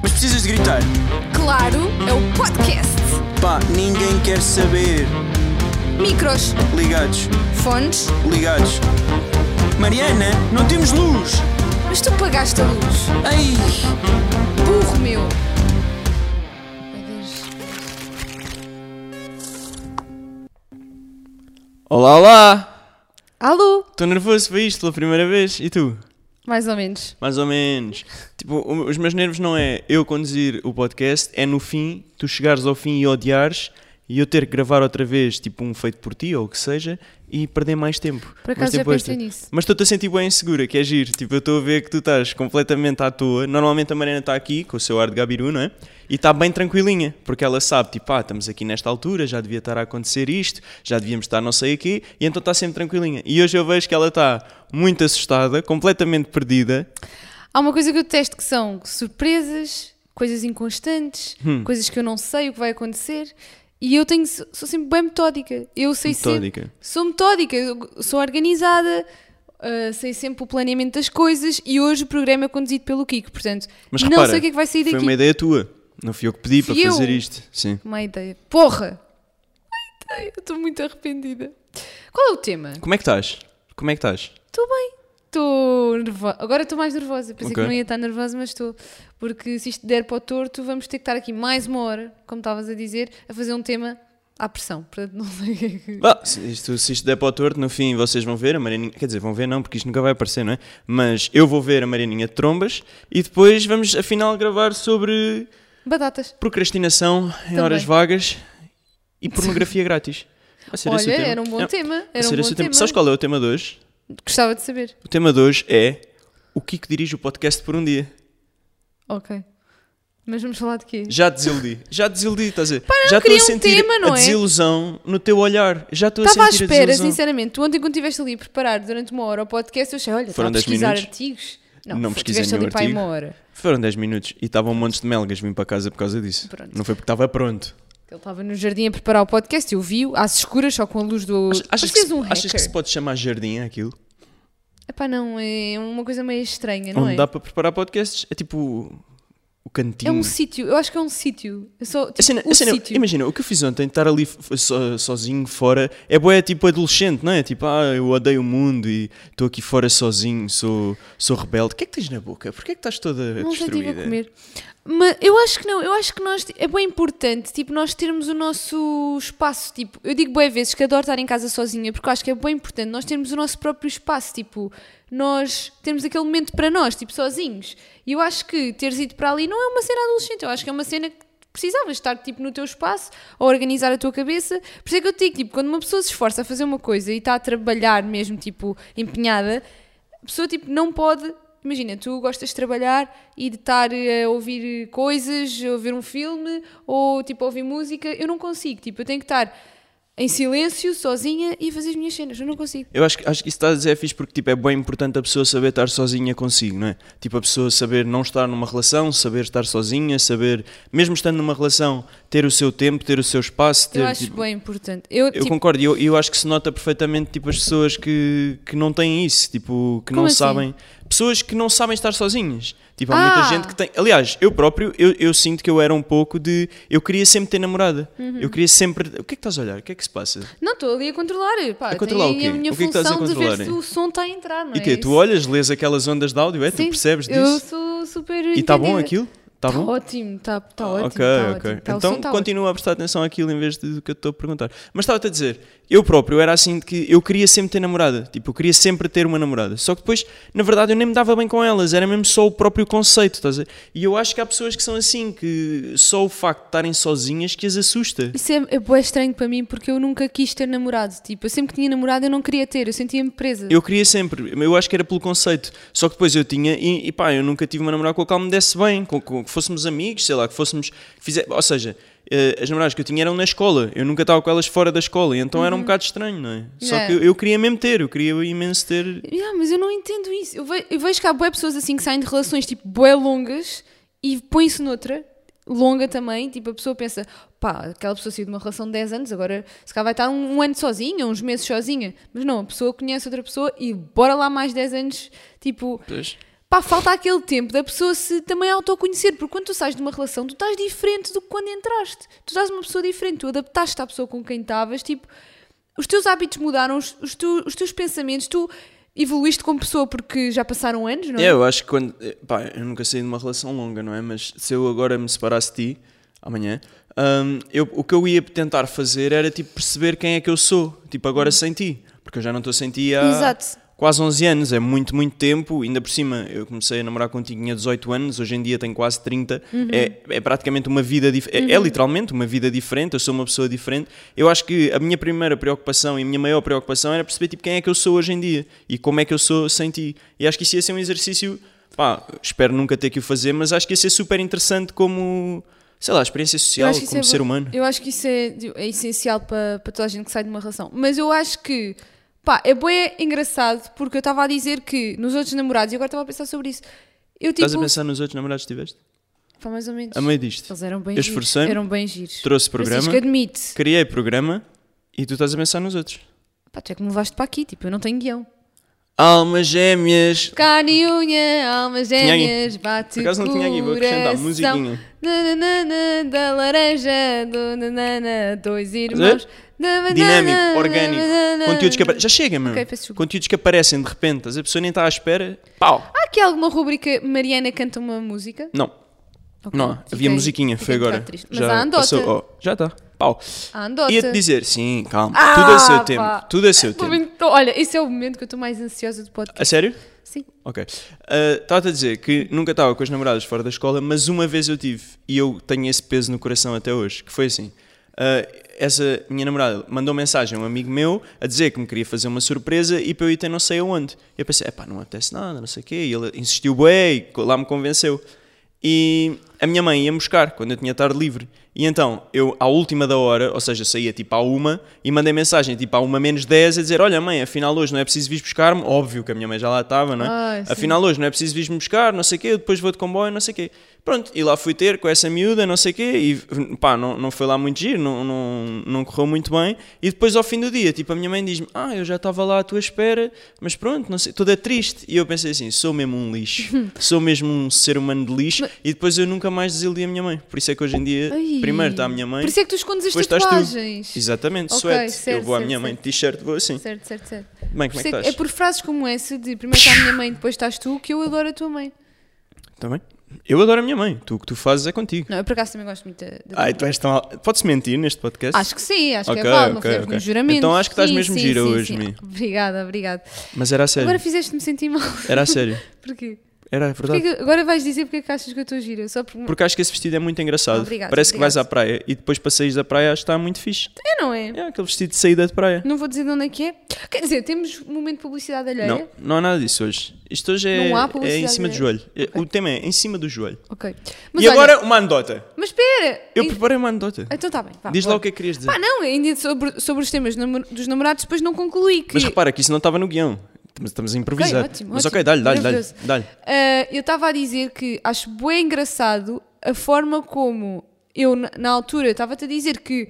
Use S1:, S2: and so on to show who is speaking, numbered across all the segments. S1: precisas de gritar?
S2: Claro, é o podcast.
S1: Pá, ninguém quer saber.
S2: Micros,
S1: Ligados,
S2: fones,
S1: ligados. Mariana, não temos luz!
S2: mas tu pagaste a luz.
S1: Ai!
S2: Burro meu.
S3: Olá, olá!
S2: Alô?
S3: Estou nervoso para isto pela primeira vez. E tu?
S2: Mais ou menos.
S3: Mais ou menos. Tipo, o- os meus nervos não é eu conduzir o podcast, é no fim, tu chegares ao fim e odiares e eu ter que gravar outra vez, tipo, um feito por ti ou o que seja, e perder mais tempo.
S2: Por acaso
S3: Mais
S2: já
S3: tempo
S2: pensei
S3: extra.
S2: nisso.
S3: Mas estou-te a sentir bem insegura, que é giro. Tipo, eu estou a ver que tu estás completamente à toa. Normalmente a Mariana está aqui, com o seu ar de gabiru, não é? E está bem tranquilinha, porque ela sabe, tipo, ah, estamos aqui nesta altura, já devia estar a acontecer isto, já devíamos estar não sei aqui, e então está sempre tranquilinha. E hoje eu vejo que ela está muito assustada, completamente perdida.
S2: Há uma coisa que eu detesto que são surpresas, coisas inconstantes,
S3: Hum.
S2: coisas que eu não sei o que vai acontecer. E eu tenho, sou sempre bem metódica. Eu sei
S3: Metódica.
S2: sempre. Sou metódica, eu sou organizada, ah, sei sempre o planeamento das coisas e hoje o programa é conduzido pelo Kiko, portanto,
S3: Mas
S2: não
S3: repara,
S2: sei o que é que vai sair daqui.
S3: Foi uma ideia tua. Não fui eu que pedi
S2: Fui
S3: para fazer
S2: eu.
S3: isto. Sim.
S2: Uma ideia. Porra! Uma ideia, eu estou muito arrependida. Qual é o tema?
S3: Como é que estás? Como é que estás?
S2: Estou bem. Estou nervosa. Agora estou mais nervosa. Pensei
S3: Ok.
S2: que não ia estar nervosa, mas estou. Porque se isto der para o torto, vamos ter que estar aqui mais uma hora, como estavas a dizer, a fazer um tema à pressão. Portanto, não sei o que é que.
S3: Bah, Ah, se, isto, se isto der para o torto, no fim vocês vão ver a Marianinha. Quer dizer, vão ver não, porque isto nunca vai aparecer, não é? Mas eu vou ver a Marianinha de trombas e depois vamos, afinal, gravar sobre
S2: Batatas.
S3: procrastinação em
S2: Também.
S3: horas vagas e pornografia grátis. Vai ser esse o
S2: Olha,
S3: tema.
S2: era um bom
S3: Não,
S2: tema.
S3: vai
S2: Era um
S3: ser
S2: bom
S3: esse o
S2: tema.
S3: tema. Sabes qual é o tema de hoje?
S2: Gostava de saber.
S3: O tema de hoje é o Kiko dirige o podcast por um dia.
S2: Ok. Mas vamos falar de quê?
S3: Já desiludi, já desiludi, estás a dizer? já
S2: queria
S3: a
S2: um
S3: sentir
S2: tema, não
S3: a
S2: é?
S3: desilusão no teu olhar. Já estou a sentir
S2: Estava à
S3: a
S2: espera,
S3: desilusão.
S2: sinceramente. Tu ontem, quando estiveste ali a preparar durante uma hora o podcast, eu achei, olha, está
S3: Foram
S2: a
S3: 10
S2: pesquisar
S3: minutos.
S2: artigos. Não,
S3: Não pesquisei
S2: estiveste ali
S3: nenhum
S2: para aí
S3: artigo.
S2: uma hora.
S3: Foram 10 minutos e estavam um monte de melgas, vim para casa por causa disso.
S2: Pronto.
S3: Não foi porque estava pronto.
S2: Ele estava no jardim a preparar o podcast, eu vi-o, às escuras, só com a luz do.
S3: Achas, que
S2: Parecias
S3: se,
S2: um
S3: achas que
S2: hacker.
S3: se pode chamar jardim é aquilo?
S2: Epá, não, é uma coisa meio estranha, não
S3: Onde
S2: é?
S3: dá para preparar podcasts? É tipo o cantinho.
S2: É um sítio, eu acho que é um sítio. Eu só, tipo,
S3: A cena-
S2: um
S3: a cena-
S2: sítio.
S3: imagina, o que Assim, eu fiz ontem, estar ali f- so- sozinho, fora, é boé tipo adolescente, não é? Tipo, ah, eu odeio o mundo e estou aqui fora sozinho, sou, sou rebelde. O que é que tens na boca? Porquê é que estás toda
S2: Não sei, estive a
S3: destruída?
S2: é comer. Mas eu acho que não, eu acho que nós, é bem importante, tipo, nós termos o nosso espaço, tipo, eu digo bem vezes que adoro estar em casa sozinha, porque eu acho que é bem importante nós termos o nosso próprio espaço, tipo, nós temos aquele momento para nós, tipo, sozinhos. E eu acho que teres ido para ali não é uma cena adolescente, eu acho que é uma cena que precisavas estar, tipo, no teu espaço, a organizar a tua cabeça. Por isso é que eu te digo, tipo, quando uma pessoa se esforça a fazer uma coisa e está a trabalhar mesmo, tipo, empenhada, a pessoa tipo não pode. Imagina, tu gostas de trabalhar e de estar eh, a ouvir eh, coisas, a ouvir um filme ou tipo a ouvir música. Eu não consigo, tipo, eu tenho que estar em silêncio, sozinha e fazer as minhas cenas. Eu não consigo.
S3: Eu acho, que- acho que isso está a dizer é fixe porque tipo, é bem importante a pessoa saber estar sozinha consigo, não é? Tipo, a pessoa saber não estar numa relação, saber estar sozinha, saber, mesmo estando numa relação, ter o seu tempo, ter o seu espaço. Ter,
S2: Eu acho
S3: tipo,
S2: bem importante. Eu,
S3: eu
S2: tipo,
S3: concordo, e eu, eu acho que se nota perfeitamente tipo, as pessoas que, que não têm isso, tipo, que
S2: Como
S3: não
S2: assim?
S3: sabem. Pessoas que não sabem estar sozinhas. Tipo, há
S2: Ah!
S3: muita gente que tem. Aliás, eu próprio, eu, eu sinto que eu era um pouco de. Eu queria sempre ter namorada.
S2: Uhum.
S3: Eu queria sempre. O que é que estás a olhar? O que é que se passa?
S2: não estou ali a controlar. Pá,
S3: A controlar
S2: tenho
S3: o quê?
S2: a minha
S3: O que é que estás a
S2: função de ver
S3: controlar,
S2: se
S3: hein?
S2: o som está a entrar, não
S3: e
S2: é?
S3: que Tu
S2: Isso-
S3: olhas, lês aquelas ondas de áudio, é?
S2: Sim,
S3: tu percebes disso?
S2: Eu sou super. Tá
S3: E está bom aquilo? Está bom? Ah,
S2: ótimo, está tá ótimo.
S3: ok,
S2: tá
S3: ok.
S2: ótimo, tá, o som
S3: então
S2: tá ótimo.
S3: continua a prestar atenção àquilo em vez de- do que eu te estou a perguntar. Mas estava-te a dizer, eu próprio era assim de que eu queria sempre ter namorada. Tipo, eu queria sempre ter uma namorada. Só que depois, na verdade, eu nem me dava bem com elas. Era mesmo só o próprio conceito, estás a ver? E eu acho que há pessoas que são assim, que só o facto de estarem sozinhas que as assusta.
S2: Isso é, é bué estranho para mim porque eu nunca quis ter namorado. Tipo, eu sempre que tinha namorado eu não queria ter, eu sentia-me presa.
S3: Eu queria sempre, eu acho que era pelo conceito. Só que depois eu tinha, e, e pá, eu nunca tive uma namorada com a qual me desse bem, com, com- que fôssemos amigos, sei lá, que fôssemos. que fize- ou seja, eh, as namoradas que eu tinha eram na escola, eu nunca estava com elas fora da escola, e então era um bocado estranho, não é? Só que
S2: Uhum. Yeah.
S3: eu, eu queria mesmo ter, eu queria imenso ter.
S2: Yeah, mas eu não entendo isso. Eu, ve- eu vejo que há bué pessoas assim que saem de relações tipo bué longas e põem-se noutra, longa também. Tipo, a pessoa pensa, pá, aquela pessoa saiu de uma relação de 10 anos, agora se calhar vai estar um, um ano sozinha, uns meses sozinha. Mas não, a pessoa conhece outra pessoa e bora lá mais 10 anos, tipo,
S3: Pois.
S2: pá, falta aquele tempo da pessoa se também autoconhecer, porque quando tu sais de uma relação, tu estás diferente do que quando entraste. Tu estás uma pessoa diferente, tu adaptaste à pessoa com quem estavas, tipo, os teus hábitos mudaram, os, os tu- os teus pensamentos, tu evoluíste como pessoa porque já passaram anos, não é?
S3: É, eu acho que quando. eh, Pá, eu nunca saí de uma relação longa, não é? Mas se eu agora me separasse de ti, amanhã, hum, eu, o que eu ia tentar fazer era tipo perceber quem é que eu sou, tipo agora sem ti. Porque eu já não estou sem ti há
S2: Uhum. Exato.
S3: quase 11 anos, é muito, muito tempo. Ainda por cima, eu comecei a namorar contigo, tinha 18 anos, hoje em dia tenho quase 30.
S2: Uhum.
S3: É, é praticamente uma vida diferente. É, literalmente uma vida diferente, eu sou uma pessoa diferente. Eu acho que a minha primeira preocupação e a minha maior preocupação era perceber tipo, quem é que eu sou hoje em dia e como é que eu sou sem ti. E acho que isso ia ser um exercício, pá, espero nunca ter que o fazer, mas acho que ia ser super interessante como, sei lá, experiência
S2: Eu
S3: social,
S2: acho que isso
S3: como
S2: é
S3: ser
S2: bo-
S3: humano.
S2: Eu acho que isso é, é essencial para, para toda a gente que sai de uma relação. Mas eu acho que, pá, é bem engraçado porque eu estava a dizer que nos outros namorados, e agora estava a pensar sobre isso, eu tipo,
S3: Estás a pensar nos outros namorados que tiveste?
S2: pá, mais ou menos,
S3: A meio disto.
S2: eles eram bem
S3: eu
S2: giros.
S3: esforcei-me,
S2: Eram bem giros.
S3: Trouxe programa,
S2: Francisco, admite.
S3: criei programa e tu estás a pensar nos outros.
S2: Pá, tu é que me levaste para aqui, tipo, eu não tenho guião.
S3: Almas gêmeas.
S2: Carne e unha, almas
S3: Tinha aqui.
S2: gêmeas, bate
S3: Por acaso não tinha aqui, vou acrescentar
S2: coração.
S3: musiquinha.
S2: Nananana, da laranja, do nanana, dois irmãos. da banana,
S3: Dinâmico,
S2: nanana.
S3: orgânico. Conteúdos que aparecem. Já chega, meu.
S2: Ok, peço desculpa.
S3: Conteúdos que aparecem de repente. Mas A pessoa nem está à espera. Pau!
S2: Há aqui alguma rubrica Mariana canta uma música?
S3: Não.
S2: Ok,
S3: Não,
S2: fiquei-
S3: havia musiquinha,
S2: fiquei
S3: foi
S2: um bocado
S3: agora.
S2: triste. Mas há a andota.
S3: passou. Oh, já está. Pau.
S2: A andota.
S3: Ia-te dizer, sim, calma.
S2: Ah,
S3: tudo a seu
S2: pá.
S3: tempo. Tudo a seu tempo.
S2: Momento- Olha, esse é o momento que eu estou mais ansiosa do podcast.
S3: A sério?
S2: Sim.
S3: Ok. Ah, Estava-te a dizer que nunca estava com as namoradas fora da escola, mas uma vez eu tive, e eu tenho esse peso no coração até hoje, que foi assim. ah, essa minha namorada mandou mensagem a um amigo meu a dizer que me queria fazer uma surpresa e para eu ir até não sei aonde. Eu pensei, epá, não apetece nada, não sei o quê. E ele insistiu bem, e lá me convenceu. E a minha mãe ia me buscar quando eu tinha tarde livre. E então eu, à última da hora, ou seja, saía tipo à uma e mandei mensagem tipo à uma menos 10 a dizer: Olha, mãe, afinal hoje não é preciso vir buscar-me. Óbvio que a minha mãe já lá estava, não é?
S2: Ai, Ah, sim.
S3: afinal hoje não é preciso vir-me buscar, não sei o quê, eu depois vou de comboio, não sei o quê. Pronto, e lá fui ter com essa miúda, não sei o quê, e pá, não, não foi lá muito giro, não, não, não correu muito bem. E depois ao fim do dia, tipo, a minha mãe diz-me: Ah, eu já estava lá à tua espera, mas pronto, não sei, toda triste. E eu pensei assim: sou mesmo um lixo, sou mesmo um ser humano de lixo, e depois eu nunca mais desiludi a minha mãe. Por isso é que hoje em dia,
S2: Ai.
S3: primeiro está a minha mãe,
S2: Por isso é que tu escondes as
S3: depois estás
S2: tatuagens.
S3: tu. Exatamente,
S2: Ok,
S3: sweat.
S2: certo,
S3: eu vou à
S2: certo,
S3: minha mãe de
S2: certo.
S3: t-shirt, vou assim.
S2: Certo, certo, certo.
S3: Bem,
S2: Por
S3: como é
S2: isso
S3: que
S2: é,
S3: estás?
S2: que- é por frases como essa de primeiro está a minha mãe, depois estás tu, que eu adoro a tua mãe.
S3: Tá bem? Eu adoro a minha mãe, tu o que tu fazes é contigo.
S2: Não, eu por acaso também gosto muito da, da tua
S3: Ai,
S2: mãe.
S3: tu és tão. al- Podes mentir neste podcast?
S2: Acho que sim, acho que
S3: Ok,
S2: é válido, não
S3: ok,
S2: fizemos
S3: ok.
S2: nenhum juramento.
S3: Então acho que estás
S2: Sim,
S3: mesmo
S2: sim,
S3: gira
S2: sim,
S3: hoje,
S2: sim.
S3: Mi.
S2: Obrigada, obrigada.
S3: Mas era a sério.
S2: Agora fizeste-me sentir mal.
S3: Era a sério.
S2: Porquê?
S3: Era é
S2: Porquê
S3: verdade.
S2: que- agora vais dizer porque é que achas que eu estou gira? Só porque...
S3: Porque acho que esse vestido é muito engraçado.
S2: Obrigado,
S3: Parece que
S2: obrigado.
S3: vais à praia e depois para saís da praia acho que está muito fixe.
S2: É, não é?
S3: É aquele vestido de saída de praia.
S2: Não vou dizer de onde é que é. Quer dizer, temos um momento de publicidade alheia?
S3: Não, não há nada disso hoje. Isto hoje é,
S2: Não há
S3: é em
S2: publicidade,
S3: cima
S2: é?
S3: do joelho. É, O tema é em cima do joelho.
S2: Ok.
S3: e
S2: olha-
S3: agora uma anedota.
S2: Mas espera!
S3: Eu
S2: E-
S3: preparei uma anedota.
S2: Então está bem. Vá,
S3: Diz lá
S2: bora.
S3: o que é que querias dizer.
S2: Pá, não, ainda sobre, sobre os temas namo- dos namorados, depois não concluí que...
S3: Mas repara que isso não estava no guião. Estamos, estamos a improvisar.
S2: ótimo,
S3: Mas
S2: ótimo.
S3: ok, dá-lhe, dá-lhe, dá-lhe.
S2: Maravilhoso.
S3: dá-lhe.
S2: Ah, eu estava a dizer que acho bem engraçado a forma como eu, na, na altura, estava-te a dizer que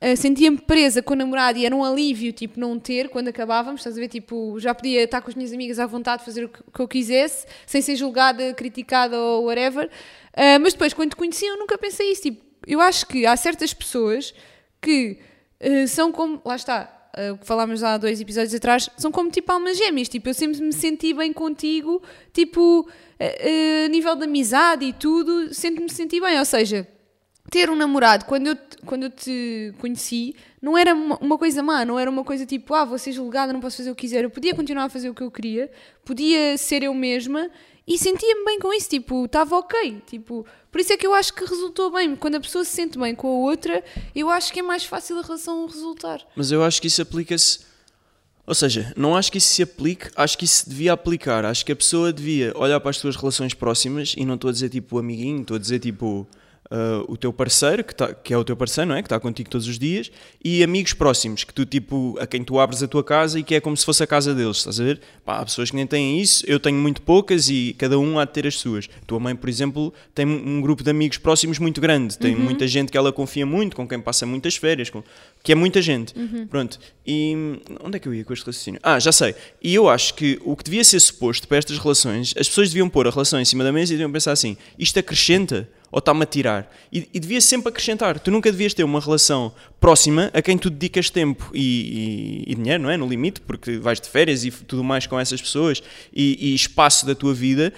S2: ah, sentia-me presa com o namorado e era um alívio, tipo, não ter quando acabávamos, estás a ver? Tipo, já podia estar com as minhas amigas à vontade, fazer o que, o que eu quisesse, sem ser julgada, criticada ou whatever. Ah, mas depois, quando te conheci, eu nunca pensei isso. Tipo, eu acho que há certas pessoas que ah, são como. Lá está. ah, o que falámos há dois episódios atrás, são como tipo almas gêmeas. Tipo, eu sempre me senti bem contigo, tipo, ah, ah, a nível de amizade e tudo, sempre me senti bem. Ou seja, ter um namorado quando eu te, quando eu te conheci não era uma, uma coisa má, não era uma coisa tipo, ah, vou ser julgada, não posso fazer o que quiser. Eu podia continuar a fazer o que eu queria, podia ser eu mesma e sentia-me bem com isso, tipo, estava ok. Tipo, por isso é que eu acho que resultou bem. Quando a pessoa se sente bem com a outra, eu acho que é mais fácil a relação resultar.
S3: Mas eu acho que isso aplica-se. Ou seja, não acho que isso se aplique, acho que isso se devia aplicar. Acho que a pessoa devia olhar para as suas relações próximas e não estou a dizer tipo amiguinho, estou a dizer tipo ah, o teu parceiro, que, tá- que é o teu parceiro, não é? Que está contigo todos os dias, e amigos próximos, que tu, tipo, a quem tu abres a tua casa e que é como se fosse a casa deles, estás a ver? Pá, há pessoas que nem têm isso, eu tenho muito poucas e cada um há de ter as suas. Tua mãe, por exemplo, tem um um grupo de amigos próximos muito grande, tem muita gente que ela confia muito, com quem passa muitas férias, com- que é muita gente. Pronto, e hum, onde é que eu ia com este raciocínio? Ah, já sei. E eu acho que o que devia ser suposto para estas relações, as pessoas deviam pôr a relação em cima da mesa e deviam pensar assim: isto acrescenta ou está-me a tirar? E, e devias sempre acrescentar. Tu nunca devias ter uma relação próxima a quem tu dedicas tempo e, e- e dinheiro, não é? No limite, porque vais de férias e f- tudo mais com essas pessoas e, e espaço da tua vida.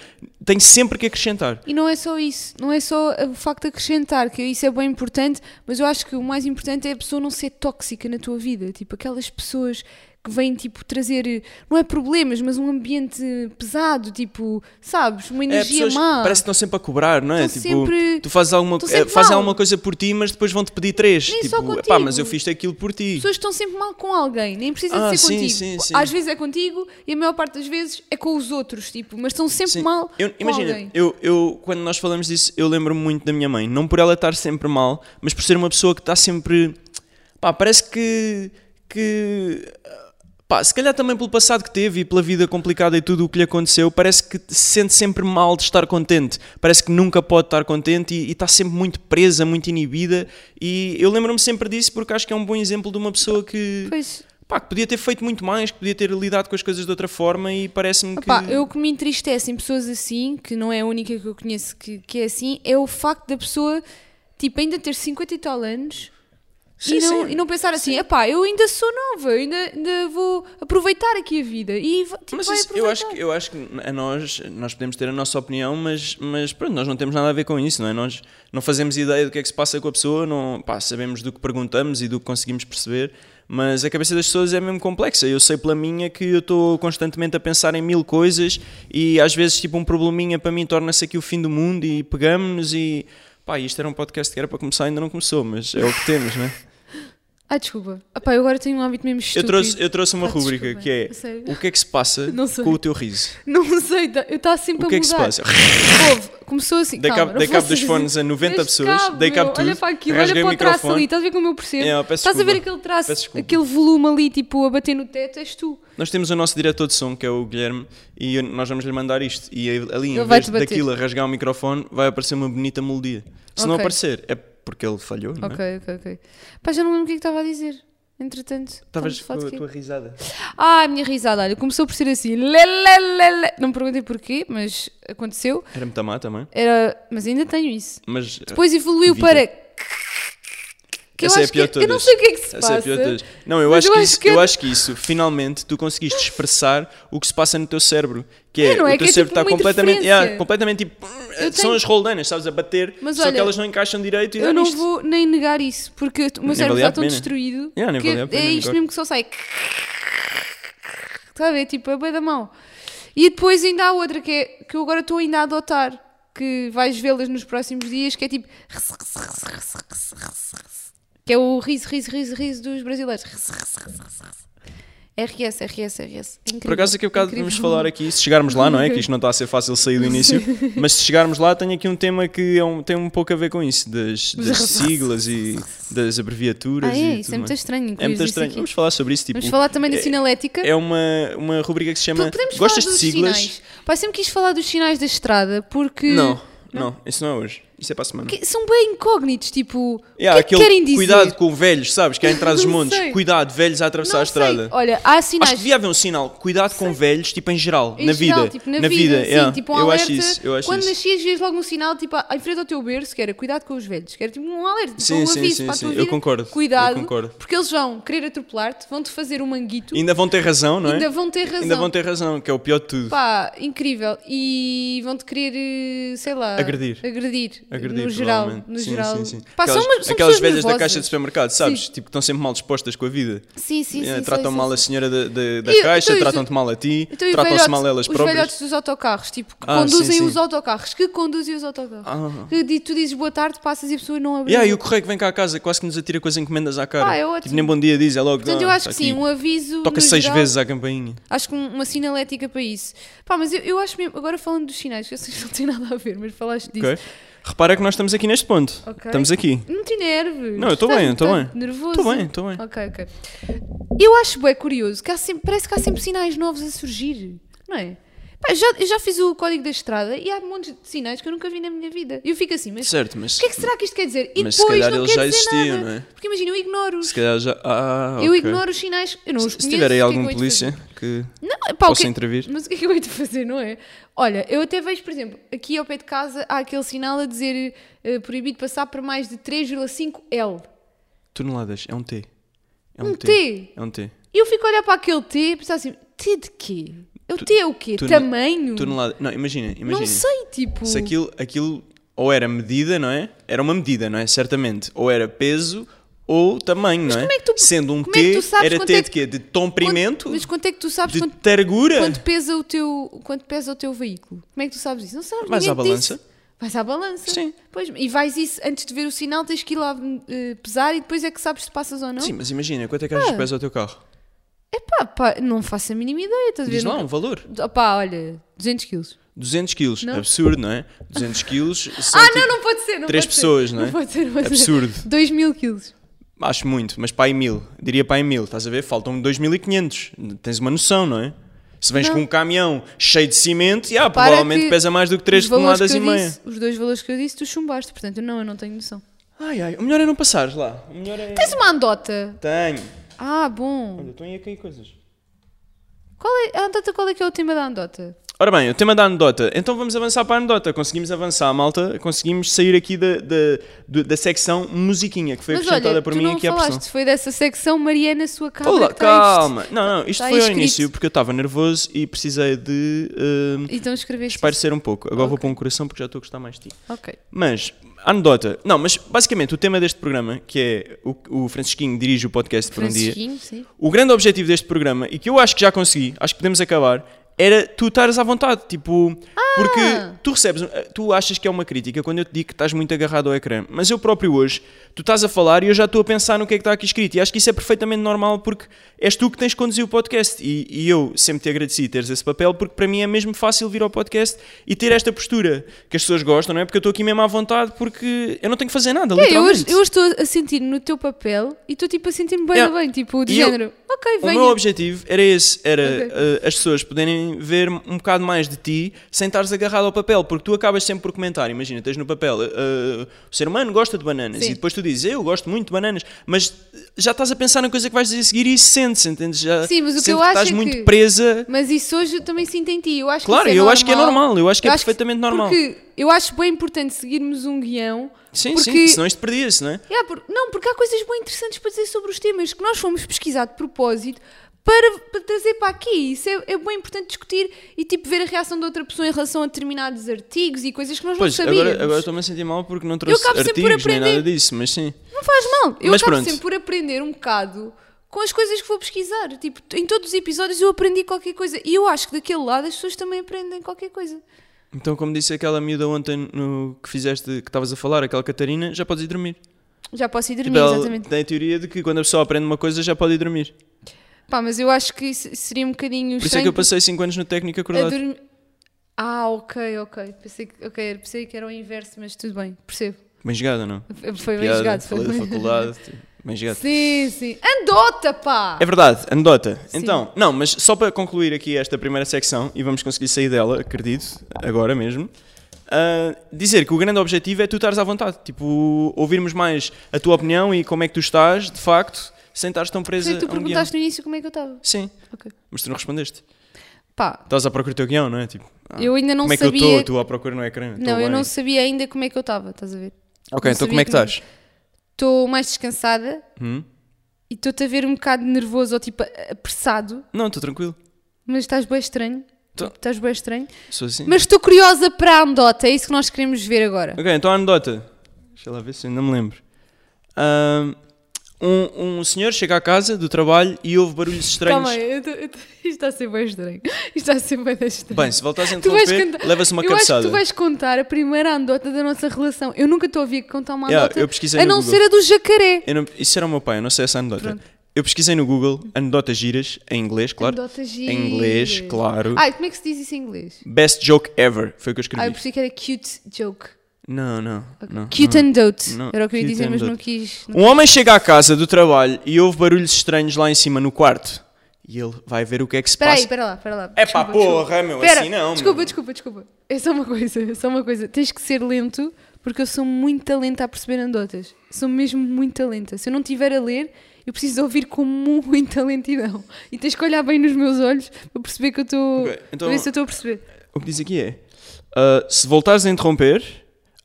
S3: Tem sempre que acrescentar.
S2: E não é só isso, não é só o facto de acrescentar, que isso é bem importante, mas eu acho que o mais importante é a pessoa não ser tóxica na tua vida, tipo aquelas pessoas que vêm tipo trazer, eh, não é problemas, mas um ambiente pesado, tipo, sabes, uma
S3: É,
S2: energia
S3: pessoas
S2: má.
S3: parece que estão sempre a cobrar, não é?
S2: Estão sempre-
S3: tu fazes alguma,
S2: estão
S3: eh,
S2: sempre
S3: fazem
S2: mal.
S3: alguma coisa por ti, mas depois vão-te pedir três.
S2: Nem só
S3: tipo,
S2: contigo.
S3: mas eu fiz aquilo por ti.
S2: Pessoas que estão sempre mal com alguém, nem precisa
S3: Ah,
S2: de ser
S3: sim,
S2: contigo.
S3: sim, sim.
S2: Às vezes é contigo e a maior parte das vezes é com os outros, tipo, mas estão sempre
S3: Sim.
S2: mal
S3: Eu-
S2: com
S3: imagina,
S2: alguém.
S3: eu, eu, quando nós falamos disso, eu lembro-me muito da minha mãe. Não por ela estar sempre mal, mas por ser uma pessoa que está sempre. Pá, parece que. que pá, se calhar também pelo passado que teve e pela vida complicada e tudo o que lhe aconteceu, parece que se sente sempre mal de estar contente. Parece que nunca pode estar contente e e está sempre muito presa, muito inibida. E eu lembro-me sempre disso porque acho que é um bom exemplo de uma pessoa que.
S2: Pois,
S3: Pá, que podia ter feito muito mais, que podia ter lidado com as coisas de outra forma e parece-me que.
S2: Opá, eu que me entristece em pessoas assim, que não é a única que eu conheço que, que é assim, é o facto da pessoa, tipo, ainda ter 50 e tal anos
S3: Sim,
S2: e, não,
S3: sim.
S2: e não pensar assim, epá, eu ainda sou nova, eu ainda, ainda vou aproveitar aqui a vida. E va- tipo,
S3: Mas
S2: vai
S3: isso- eu, acho que,
S2: aproveitar.
S3: eu acho que a nós, nós podemos ter a nossa opinião, mas, mas pronto, nós não temos nada a ver com isso, não é? Nós não fazemos ideia do que é que se passa com a pessoa, não, pá, sabemos do que perguntamos e do que conseguimos perceber, mas a cabeça das pessoas é mesmo complexa. Eu sei pela minha que eu estou constantemente a pensar em mil coisas e às vezes tipo um probleminha para mim torna-se aqui o fim do mundo e pegamos-nos e... Pá, isto era um podcast que era para começar ainda não começou, mas é o que temos, não é?
S2: Ah, desculpa. Opá, eu agora tenho um hábito mesmo
S3: Eu
S2: estúpido.
S3: trouxe, eu trouxe uma
S2: Ah,
S3: rúbrica
S2: desculpa.
S3: que é
S2: A sério?
S3: o que é que se passa
S2: Não sei.
S3: com o teu riso?
S2: Não sei, tá- eu está sempre
S3: O que
S2: a
S3: é que se
S2: mudar.
S3: passa?
S2: Ouve, começou assim,
S3: Dei
S2: calma,
S3: cabo- dei
S2: não vou
S3: cabo dos
S2: ser-
S3: fones a 90
S2: Deste
S3: pessoas, dei cabo
S2: meu, Olha
S3: tudo,
S2: para aquilo, olha
S3: rasguei
S2: para
S3: o
S2: o traço
S3: microfone.
S2: ali, estás a ver como eu percebo?
S3: É, ó, peço
S2: estás a ver
S3: desculpa.
S2: aquele traço,
S3: Peço desculpa.
S2: aquele volume ali, tipo, a bater no teto, és tu.
S3: Nós temos o nosso diretor de som, que é o Guilherme, e eu- nós vamos lhe mandar isto. E ali,
S2: Ele
S3: em vez
S2: vai-te bater.
S3: daquilo a rasgar o microfone, vai aparecer uma bonita melodia. Se não
S2: Ok.
S3: aparecer, é porque ele falhou, não é?
S2: Ok, ok, ok. Pá, já não lembro o que é que estava a dizer. Entretanto,
S3: Estavas
S2: estamos a falar
S3: com
S2: de
S3: a
S2: quê?
S3: tua risada.
S2: Ah, a minha risada, olha, começou por ser assim. lé, lé, lé, lé. Não me perguntei porquê, mas aconteceu.
S3: Era muito má também.
S2: Era... Mas ainda tenho isso.
S3: Mas
S2: Depois evoluiu
S3: Vida.
S2: para. Que eu
S3: essa é a
S2: acho
S3: pior de
S2: que... Eu não
S3: todas.
S2: sei o que é que se
S3: Essa
S2: passa.
S3: é a pior de todas. Não, eu,
S2: Mas
S3: acho,
S2: eu
S3: que
S2: acho
S3: isso,
S2: que-
S3: eu acho que isso, finalmente, tu conseguiste expressar o que se passa no teu cérebro. Que é,
S2: É, não é?
S3: o teu
S2: Que é
S3: cérebro
S2: tipo
S3: está
S2: uma
S3: completamente.
S2: interferência.
S3: yeah, completamente tipo.
S2: Eu
S3: São
S2: tenho-
S3: as roldanas, sabes? A bater,
S2: Mas
S3: só que
S2: olha,
S3: elas não encaixam direito e dá
S2: Eu não
S3: nisto.
S2: vou nem negar isso, porque o meu
S3: Nem
S2: cérebro
S3: valia
S2: está
S3: a
S2: tão
S3: pena.
S2: destruído
S3: né? Yeah, nem
S2: que
S3: valia a pena,
S2: é isto
S3: claro.
S2: mesmo que só sai. Está a ver? Tipo, é bem da mão. E depois ainda há outra que, é, que eu agora estou ainda a adotar, que vais vê-las nos próximos dias, que é tipo. Que é o riso, riso, riso, riso dos brasileiros. RS, RS, RS. É
S3: Por acaso, daqui a bocado
S2: incrível.
S3: vamos falar aqui, se chegarmos lá, não é? Que isto não está a ser fácil sair do início, mas se chegarmos lá, tenho aqui um tema que é um- tem um pouco a ver com isso, das, das siglas e das abreviaturas.
S2: Ah,
S3: e
S2: é,
S3: tudo
S2: isso é muito
S3: mais.
S2: estranho.
S3: É muito
S2: incluir isso
S3: estranho.
S2: aqui.
S3: Vamos falar sobre isso, tipo.
S2: Vamos falar também da
S3: é-
S2: sinalética.
S3: É uma, uma rubrica que se chama
S2: Podemos
S3: Gostas
S2: falar
S3: de
S2: dos
S3: siglas?
S2: sinais. Pá, sempre quis falar dos sinais da estrada porque
S3: Não, não, isso não é hoje. Isso é para a semana.
S2: que são bem incógnitos, tipo,
S3: Yeah,
S2: o que é que querem dizer?
S3: Cuidado com velhos, sabes? Querem entrar os
S2: Não
S3: montes.
S2: sei.
S3: Cuidado, velhos a atravessar
S2: Não
S3: a estrada.
S2: sei. Olha, há
S3: Acho que
S2: sinais
S3: devia haver um sinal. Cuidado com velhos, tipo em geral,
S2: em
S3: na
S2: geral,
S3: vida.
S2: tipo, na, vida, sim,
S3: yeah.
S2: tipo um
S3: eu
S2: alerta.
S3: acho isso. Eu acho
S2: Quando
S3: isso.
S2: nascias vias logo um sinal tipo à- em frente ao teu berço, que era cuidado com os velhos, que era tipo um alerta, tipo,
S3: Sim,
S2: um
S3: sim,
S2: aviso
S3: sim,
S2: para a tua
S3: sim, eu
S2: vida.
S3: concordo, eu
S2: Cuidado,
S3: concordo.
S2: porque eles vão querer atropelar-te, vão-te fazer um manguito,
S3: Ainda vão ter razão, não é?
S2: ainda vão ter razão.
S3: Ainda vão ter razão, que é o pior de tudo.
S2: Pá, incrível. E vão-te querer, eh, sei lá.
S3: Agredir.
S2: Agredir.
S3: Agredir,
S2: no geral.
S3: provavelmente.
S2: No
S3: Sim,
S2: geral.
S3: sim, sim.
S2: Pá, são
S3: aquelas
S2: uma- são
S3: aquelas
S2: pessoas
S3: velhas da
S2: nervosas.
S3: caixa de supermercado, sabes?
S2: Sim.
S3: Tipo, que estão sempre mal dispostas com a vida.
S2: Sim, sim,
S3: Eh,
S2: sim.
S3: tratam
S2: sou,
S3: mal
S2: sou,
S3: a senhora da, da- da
S2: E-
S3: caixa,
S2: então, e os-
S3: tratam-te mal a ti,
S2: Então, e o
S3: tratam-se
S2: velhote-
S3: mal elas
S2: os
S3: próprias.
S2: velhotes dos autocarros, tipo, que
S3: Ah,
S2: conduzem
S3: sim, sim.
S2: os autocarros, que conduzem os autocarros.
S3: Ah.
S2: Que di- tu dizes boa tarde, passas e a pessoa não abre.
S3: Yeah,
S2: a
S3: e o
S2: boca.
S3: correio que vem cá a casa quase que nos atira com as encomendas à cara.
S2: Ah, é
S3: Tipo,
S2: ótimo.
S3: nem bom dia diz, é logo.
S2: Portanto, eu
S3: "Ah,
S2: acho que
S3: está
S2: sim,
S3: aqui."
S2: um aviso.
S3: Toca
S2: no
S3: seis
S2: geral.
S3: vezes à campainha.
S2: Acho que um- uma sinalética para isso. Pá, mas eu, eu acho mesmo, agora falando dos sinais, que eu sei que não tem nada a ver, mas falaste disso.
S3: Ok? Repara que nós estamos aqui neste ponto.
S2: Ok.
S3: Estamos aqui.
S2: Não te enerves.
S3: Não, eu estou
S2: Estás
S3: bem, eu estou
S2: tanto
S3: bem.
S2: Nervoso.
S3: Estou bem, estou bem.
S2: Ok, ok. Eu acho bem curioso que há sempre- parece que há sempre sinais novos a surgir, não é? Pá, eu já, eu já fiz o código da estrada e há montes de sinais que eu nunca vi na minha vida. E eu fico assim, mas
S3: Certo, mas
S2: o que é que será que isto quer dizer? E
S3: Mas se
S2: depois
S3: calhar
S2: não
S3: eles
S2: quer
S3: já
S2: dizer
S3: existiam,
S2: nada.
S3: não é?
S2: Porque imagina, eu ignoro-os.
S3: se calhar já. Ah,
S2: Eu
S3: ok.
S2: ignoro os sinais, eu não os
S3: Se,
S2: conheço.
S3: se tiver
S2: o que
S3: aí
S2: é que eu
S3: algum
S2: hei de
S3: polícia
S2: fazer?
S3: que
S2: Não, pá, o
S3: possa
S2: que-
S3: intervir.
S2: Mas o que é que eu hei de fazer, não é? Olha, eu até vejo, por exemplo, aqui ao pé de casa há aquele sinal a dizer eh, proibido passar por mais de 3,5 L.
S3: Toneladas, é um T. É
S2: Um T?
S3: É um T.
S2: E eu fico a olhar para aquele T e pensar assim, T de quê? O
S3: Tu-
S2: T é o quê?
S3: tu-
S2: Tamanho?
S3: Tonelada. Não, imagina, imagina. é
S2: não sei, tipo...
S3: Se aquilo, aquilo ou era medida, não é? Era uma medida, não é? Certamente. Ou era peso ou tamanho, não é?
S2: como é que tu-
S3: Sendo um
S2: como é que
S3: T,
S2: tu sabes
S3: era
S2: quanto
S3: T
S2: é
S3: de
S2: que-
S3: quê? De
S2: Quanto-
S3: comprimento,
S2: Mas quanto é que tu sabes
S3: de
S2: quanto,
S3: targura.
S2: quanto pesa o teu, quanto pesa o teu veículo? Como é que tu sabes isso? Não sabes,
S3: Vais
S2: ninguém
S3: à
S2: te disse.
S3: balança.
S2: Vais à balança.
S3: Sim.
S2: Pois, e vais isso, antes de ver o sinal, tens que ir lá eh, pesar e depois é que sabes se passas ou não.
S3: Sim, mas imagina, quanto é que achas que
S2: Ah.
S3: pesa o teu carro?
S2: Epá, pá, não faço a mínima ideia, estás a ver?
S3: Diz lá
S2: Nunca-
S3: um valor.
S2: Opá, olha, 200 quilos.
S3: 200 quilos.
S2: Não.
S3: Absurdo, não é? 200 quilos. são
S2: ah,
S3: tipo-
S2: não, não pode ser, não
S3: três
S2: pode ser.
S3: pessoas, não é?
S2: pode ser, não pode ser.
S3: Absurdo.
S2: 2 mil quilos.
S3: Acho muito, mas pai mil. Diria pai mil, estás a ver? Faltam 2.500. Tens uma noção, não é? Se vens
S2: Não.
S3: com um caminhão cheio de cimento, já,
S2: Repara
S3: provavelmente
S2: que
S3: pesa mais do que
S2: Os
S3: 3
S2: valores
S3: toneladas
S2: que
S3: e
S2: eu
S3: meia.
S2: disse- Os dois valores que eu disse, tu chumbaste, portanto, não, eu não tenho noção.
S3: Ai, ai, o melhor é não passares lá. O melhor é.
S2: Tens uma andota?
S3: Tenho.
S2: Ah, bom.
S3: Olha, estão aí a cair coisas.
S2: Qual é, a andota, qual é que é o tema da andota?
S3: Ora bem, o tema da anedota. Então vamos avançar para a anedota. Conseguimos avançar, malta. Conseguimos sair aqui da, da, do- da secção musiquinha que foi
S2: Mas
S3: apresentada
S2: olha,
S3: por
S2: tu
S3: mim
S2: não
S3: aqui à pressão.
S2: falaste, foi dessa secção Mariana Sua Cabra
S3: Olá,
S2: que tá está
S3: calma. Não, não, isto
S2: tá aí
S3: foi ao
S2: escrito.
S3: início porque eu estava nervoso e precisei de hum,
S2: Então escreveste
S3: esparecer um pouco. Agora vou pôr um coração porque já estou a gostar mais de ti.
S2: isso. Ok.
S3: Mas, anedota. Não, mas basicamente o tema deste programa, que é o, o Francisquinho dirige o podcast por um dia.
S2: Francisquinho, sim.
S3: O grande objetivo deste programa, e que eu acho que já consegui, acho que podemos acabar, era tu estares à vontade, tipo,
S2: Ah!
S3: porque tu recebes, tu achas que é uma crítica quando eu te digo que estás muito agarrado ao ecrã, mas eu próprio hoje, tu estás a falar e eu já estou a pensar no que é que está aqui escrito, e acho que isso é perfeitamente normal porque és tu que tens de conduzir o podcast, e, e eu sempre te agradeci teres esse papel, porque para mim é mesmo fácil vir ao podcast e ter esta postura, que as pessoas gostam, não é? Porque eu estou aqui mesmo à vontade, porque eu não tenho que fazer nada,
S2: É, eu, hoje,
S3: literalmente.
S2: eu hoje estou a sentir no teu papel e estou tipo a sentir-me bem,
S3: É.
S2: bem, tipo, de
S3: E eu-
S2: género. ok,
S3: O
S2: venha.
S3: meu objetivo era esse, era
S2: Ok.
S3: eh, as pessoas poderem ver um bocado mais de ti sem estares agarrado ao papel, porque tu acabas sempre por comentar, imagina, tens no papel eh, o ser humano gosta de bananas
S2: Sim.
S3: e depois tu dizes eu gosto muito de bananas, mas já estás a pensar na coisa que vais dizer a seguir e isso sentes, entendes? Já
S2: Sim, mas o que
S3: sente
S2: eu acho
S3: estás
S2: é
S3: muito
S2: que-
S3: presa.
S2: Mas isso hoje eu também sinto em ti. Eu acho
S3: Claro,
S2: que isso é
S3: eu acho que é normal, eu acho que é perfeitamente normal.
S2: Porque eu acho bem importante seguirmos um guião.
S3: Sim,
S2: porque...
S3: sim, senão isto perdia-se, não é?
S2: Yeah, por- Não, porque há coisas bem interessantes para dizer sobre os temas que nós fomos pesquisar de propósito para, para trazer para aqui. Isso é, é bem importante discutir e tipo ver a reação da outra pessoa em relação a determinados artigos e coisas que nós
S3: Pois,
S2: não sabíamos.
S3: agora, agora estou-me a sentir mal porque não trouxe
S2: acabo sempre por
S3: artigos nem nada
S2: aprender.
S3: disso, mas sim.
S2: Não faz mal. Eu
S3: Mas
S2: acabo
S3: pronto.
S2: sempre por aprender um bocado com as coisas que vou pesquisar. Tipo, em todos os episódios eu aprendi qualquer coisa. E eu acho que daquele lado as pessoas também aprendem qualquer coisa.
S3: Então, como disse aquela miúda ontem no que fizeste, que estavas a falar, aquela Catarina, já podes ir dormir.
S2: Já posso ir dormir,
S3: Tipo, ela
S2: exatamente.
S3: Tem a teoria de que quando a pessoa aprende uma coisa já pode ir dormir.
S2: Pá, mas eu acho que isso seria um bocadinho
S3: Por isso é que eu
S2: estranho
S3: passei 5 anos no técnico
S2: a
S3: acordado.
S2: dormir. Ah, ok, ok. Pensei que, ok, pensei que era o inverso, mas tudo bem, percebo.
S3: Bem jogado, não?
S2: Foi bem
S3: Piada,
S2: jogado. Foi
S3: falei da
S2: bem...
S3: faculdade. tipo, Bem jogado.
S2: Sim, sim. Andota, pá!
S3: É verdade, anedota. Então, não, mas só para concluir aqui esta primeira secção, e vamos conseguir sair dela, acredito, agora mesmo. ah, dizer que o grande objetivo é tu estares à vontade, tipo, ouvirmos mais a tua opinião e como é que tu estás, de facto, sem estares tão
S2: Por isso
S3: presa
S2: é que tu
S3: a um guião.
S2: perguntaste no início como é que eu estava.
S3: Sim,
S2: Ok.
S3: mas tu não respondeste.
S2: Pá,
S3: Estás à procura do teu guião, não é? Tipo, ah,
S2: eu ainda não
S3: como é que
S2: sabia.
S3: eu estou? Tu à procura no ecrã? Estou
S2: Não, eu
S3: bem.
S2: não sabia ainda como é que eu estava, estás a ver?
S3: Ok,
S2: Não
S3: então
S2: sabia
S3: como é que
S2: como-
S3: estás?
S2: Estou mais descansada
S3: Hum?
S2: e estou-te a ver um bocado nervoso ou tipo a- apressado,
S3: Não, estou tranquilo.
S2: mas estás bem estranho.
S3: Tô.
S2: Tipo, Estás bem estranho.
S3: Sou assim.
S2: Mas estou curiosa para a andota, é isso que nós queremos ver agora.
S3: Ok, então a anedota. Deixa lá ver se eu ainda me lembro. Ahm, um, um senhor chega à casa do trabalho e ouve barulhos estranhos.
S2: Calma aí, eu tô- eu tô- isto está a ser bem estranho. Isto está a ser bem estranho.
S3: Bem, se voltares a
S2: Tu vais
S3: interromper,
S2: contar-
S3: leva-se uma
S2: eu Acho
S3: cabeçada.
S2: que tu vais contar a primeira andota da nossa relação. Eu nunca estou a ouvir contar uma
S3: Yeah,
S2: andota.
S3: eu pesquisei
S2: a
S3: no
S2: não
S3: Google. É,
S2: ser a do jacaré.
S3: Eu não- isso era o meu pai, eu não sei essa anedota.
S2: Pronto.
S3: Eu pesquisei no Google anedotas giras, em inglês, claro.
S2: Andotas giras.
S3: Em inglês, claro.
S2: Ai, como é que se diz isso em inglês?
S3: Best joke ever, foi o que eu escrevi.
S2: Ah, eu pensei que era cute joke.
S3: Não, não. não
S2: Cute
S3: não. é.
S2: and dote.
S3: Não,
S2: Era o que eu ia
S3: cute
S2: dizer,
S3: and
S2: mas
S3: dote.
S2: não quis. não-
S3: Um homem chega à casa do trabalho e ouve barulhos estranhos lá em cima no quarto. E ele vai ver o que é que se
S2: Espera aí,
S3: passa.
S2: espera lá, espera lá.
S3: É pá,
S2: Desculpa,
S3: porra, meu,
S2: Espera,
S3: assim não.
S2: Desculpa,
S3: meu.
S2: desculpa, desculpa. É só uma coisa, é só uma coisa. Tens que ser lento, porque eu sou muito lenta a perceber andotas. Sou mesmo muito lenta. Se eu não estiver a ler, eu preciso ouvir com muita lentidão. E tens que olhar bem nos meus olhos para perceber que eu estou.
S3: Ok, então-
S2: Para ver se eu estou a perceber.
S3: O que diz aqui é: ah, se voltares a interromper,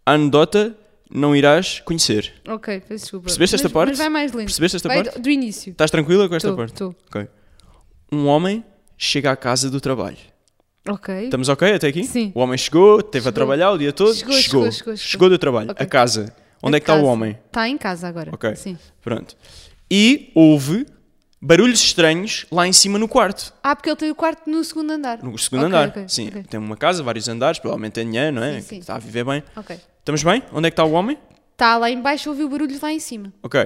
S3: a anedota não irás conhecer.
S2: Ok, peço desculpa.
S3: Percebeste
S2: Mas-
S3: esta parte?
S2: Mas vai mais lento.
S3: Percebeste esta
S2: Vai
S3: parte?
S2: Do, do início.
S3: Estás tranquila com esta
S2: Estou,
S3: parte?
S2: estou.
S3: Ok. Um homem chega à casa do trabalho.
S2: Ok. Tá
S3: Estamos ok até aqui?
S2: Sim.
S3: O homem chegou, esteve
S2: Chegou.
S3: a trabalhar o dia todo.
S2: Chegou,
S3: Chegou,
S2: chegou, chegou,
S3: chegou,
S2: chegou.
S3: do trabalho.
S2: Ok.
S3: A casa. Onde é que está o homem?
S2: Está Tá em casa agora.
S3: Ok.
S2: Sim.
S3: Pronto. E houve barulhos estranhos lá em cima no quarto.
S2: Ah, porque ele tem o quarto no segundo andar.
S3: No segundo
S2: Ok,
S3: andar.
S2: ok,
S3: sim.
S2: ok.
S3: Tem uma casa, vários andares, provavelmente é dinheiro, não é?
S2: Sim, sim.
S3: Está a viver bem.
S2: Ok.
S3: Estamos bem? Onde é que está o homem?
S2: Está lá em baixo, ouviu barulhos lá em cima.
S3: Ok.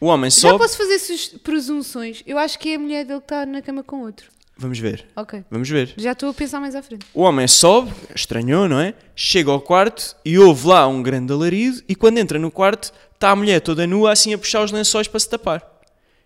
S3: O homem
S2: Já
S3: sobe.
S2: posso fazer sus- presunções. Eu acho que é a mulher dele que está na cama com outro.
S3: Vamos ver.
S2: Ok.
S3: Vamos ver.
S2: Já estou a pensar mais à frente.
S3: O homem sobe, estranhou, não é? Chega ao quarto e ouve lá um grande alarido. E quando entra no quarto, está a mulher toda nua, assim a puxar os lençóis para se tapar.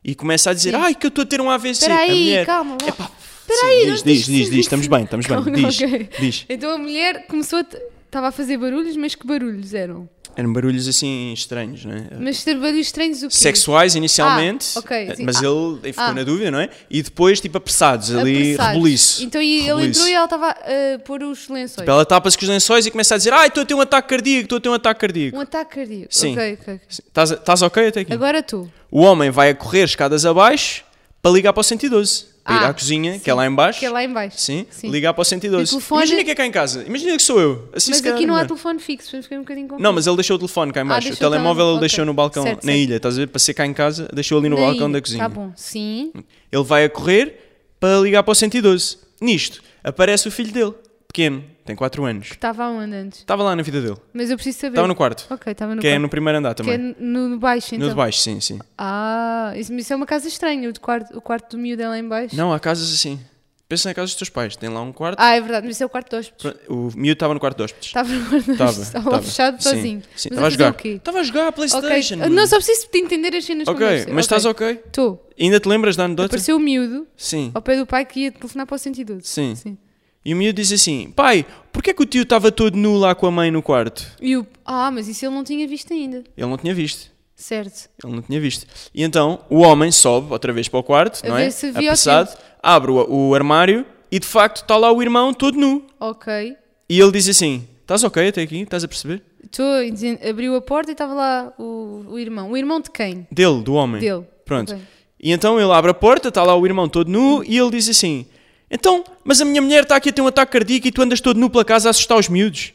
S3: E começa a dizer:
S2: Sim.
S3: Ai, que eu estou a ter um AVC.
S2: Espera
S3: A
S2: aí,
S3: mulher-
S2: calma.
S3: Epá,
S2: Espera
S3: sim,
S2: aí.
S3: Diz,
S2: não
S3: diz,
S2: tens-
S3: diz, diz. Estamos bem, estamos bem.
S2: Calma,
S3: Diz,
S2: ok.
S3: diz.
S2: Então a mulher começou a... t- Estava a fazer barulhos, mas que barulhos eram?
S3: Eram barulhos assim estranhos, não é?
S2: Mas ter barulhos estranhos o quê?
S3: Sexuais inicialmente,
S2: Ah, ok,
S3: eh,
S2: sim.
S3: mas
S2: Ah.
S3: ele ficou
S2: Ah.
S3: na dúvida, não é? E depois, tipo, apressados ali,
S2: Apressados.
S3: rebuliço.
S2: Então e ele
S3: rebuliço.
S2: entrou e ela estava a pôr os lençóis.
S3: Tipo, Ela tapa-se com os lençóis e começa a dizer: Ai, estou a ter um ataque cardíaco, estou a ter um ataque cardíaco.
S2: Um ataque cardíaco.
S3: Sim.
S2: Ok, ok.
S3: Sim. Estás estás ok até aqui?
S2: Agora tu.
S3: O homem vai a correr escadas abaixo para ligar para o 112. Para ir
S2: Ah,
S3: à cozinha,
S2: sim,
S3: que é lá em baixo.
S2: Que é lá em baixo.
S3: Sim, ligar para o
S2: E o
S3: 112.
S2: telefone-
S3: Imagina que é cá em casa. Imagina que sou eu. Assim
S2: Mas
S3: se calhar
S2: aqui não há
S3: melhor.
S2: telefone fixo, portanto fiquei um bocadinho confuso.
S3: Não, mas ele deixou o telefone cá em baixo. o
S2: deixou o
S3: telemóvel
S2: telemóvel,
S3: ele
S2: ok.
S3: deixou no balcão,
S2: Certo,
S3: na
S2: certo.
S3: ilha, estás a ver? Para ser cá em casa, deixou ali no balcão da cozinha.
S2: Tá bom, sim.
S3: Ele vai a correr para ligar para o 112. Nisto, aparece o filho dele, pequeno, tem 4 anos.
S2: Estava onde antes?
S3: Estava lá na vida dele.
S2: Mas eu preciso saber.
S3: Estava no quarto,
S2: Ok, estava no
S3: que é no
S2: quarto.
S3: primeiro andar
S2: que é
S3: também.
S2: no, no baixo, então.
S3: No de baixo, sim, sim.
S2: Ah, isso, isso é uma casa estranha, o, de quarto, o quarto do miúdo é lá em baixo.
S3: Não, há casas assim. Pensa na casa dos teus pais, tem lá um quarto.
S2: Ah, é verdade, mas isso é o quarto de hóspedes.
S3: Pronto, O miúdo estava no quarto de hóspedes.
S2: Estava no quarto de
S3: Tava,
S2: hóspedes, estava lá
S3: tava.
S2: fechado
S3: Sim,
S2: sozinho.
S3: Sim,
S2: Mas
S3: estava a
S2: fazer
S3: jogar. Tá,
S2: o quê?
S3: Estava a jogar a
S2: Ok,
S3: Playstation.
S2: ah, não, só preciso de entender as cenas como é
S3: ok,
S2: deve ser.
S3: mas estás ok?
S2: Estou.
S3: Ainda te lembras da anedota?
S2: Apareceu o miúdo
S3: Sim.
S2: ao pé do pai que ia telefonar para o 112.
S3: Sim.
S2: Sim.
S3: E o miúdo disse assim: Pai, porquê é que o tio estava todo nu lá com a mãe no quarto?
S2: E o... Ah, mas isso ele não tinha visto ainda.
S3: Ele não tinha visto.
S2: Certo.
S3: Ele não tinha visto. E então o homem sobe outra vez para o quarto,
S2: A
S3: não
S2: ver
S3: é?
S2: se via o
S3: Apressado, abre o, o armário e de facto está lá o irmão todo nu.
S2: Ok.
S3: E ele diz assim: Estás ok até aqui? Estás a perceber?
S2: Estou a dizer- abriu a porta e estava lá o, o irmão. O irmão de quem?
S3: Dele, do homem.
S2: Dele.
S3: Pronto.
S2: Ok.
S3: E então ele abre a porta, está lá o irmão todo nu e ele diz assim: Então, mas a minha mulher está aqui a ter um ataque cardíaco e tu andas todo nu pela casa a assustar os miúdos.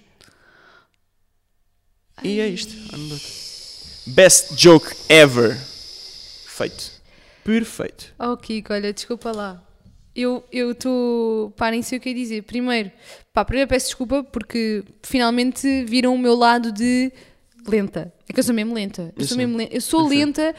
S3: E é isto. Anedota. Best joke ever. Feito. Perfeito.
S2: Oh, Kiko, olha, desculpa lá. Eu estou. Pá, nem sei o que ia dizer. Primeiro, pá, primeiro peço desculpa porque finalmente viram o meu lado de lenta. É que eu sou mesmo lenta. Eu sou
S3: Isso.
S2: mesmo lenta. Eu sou lenta.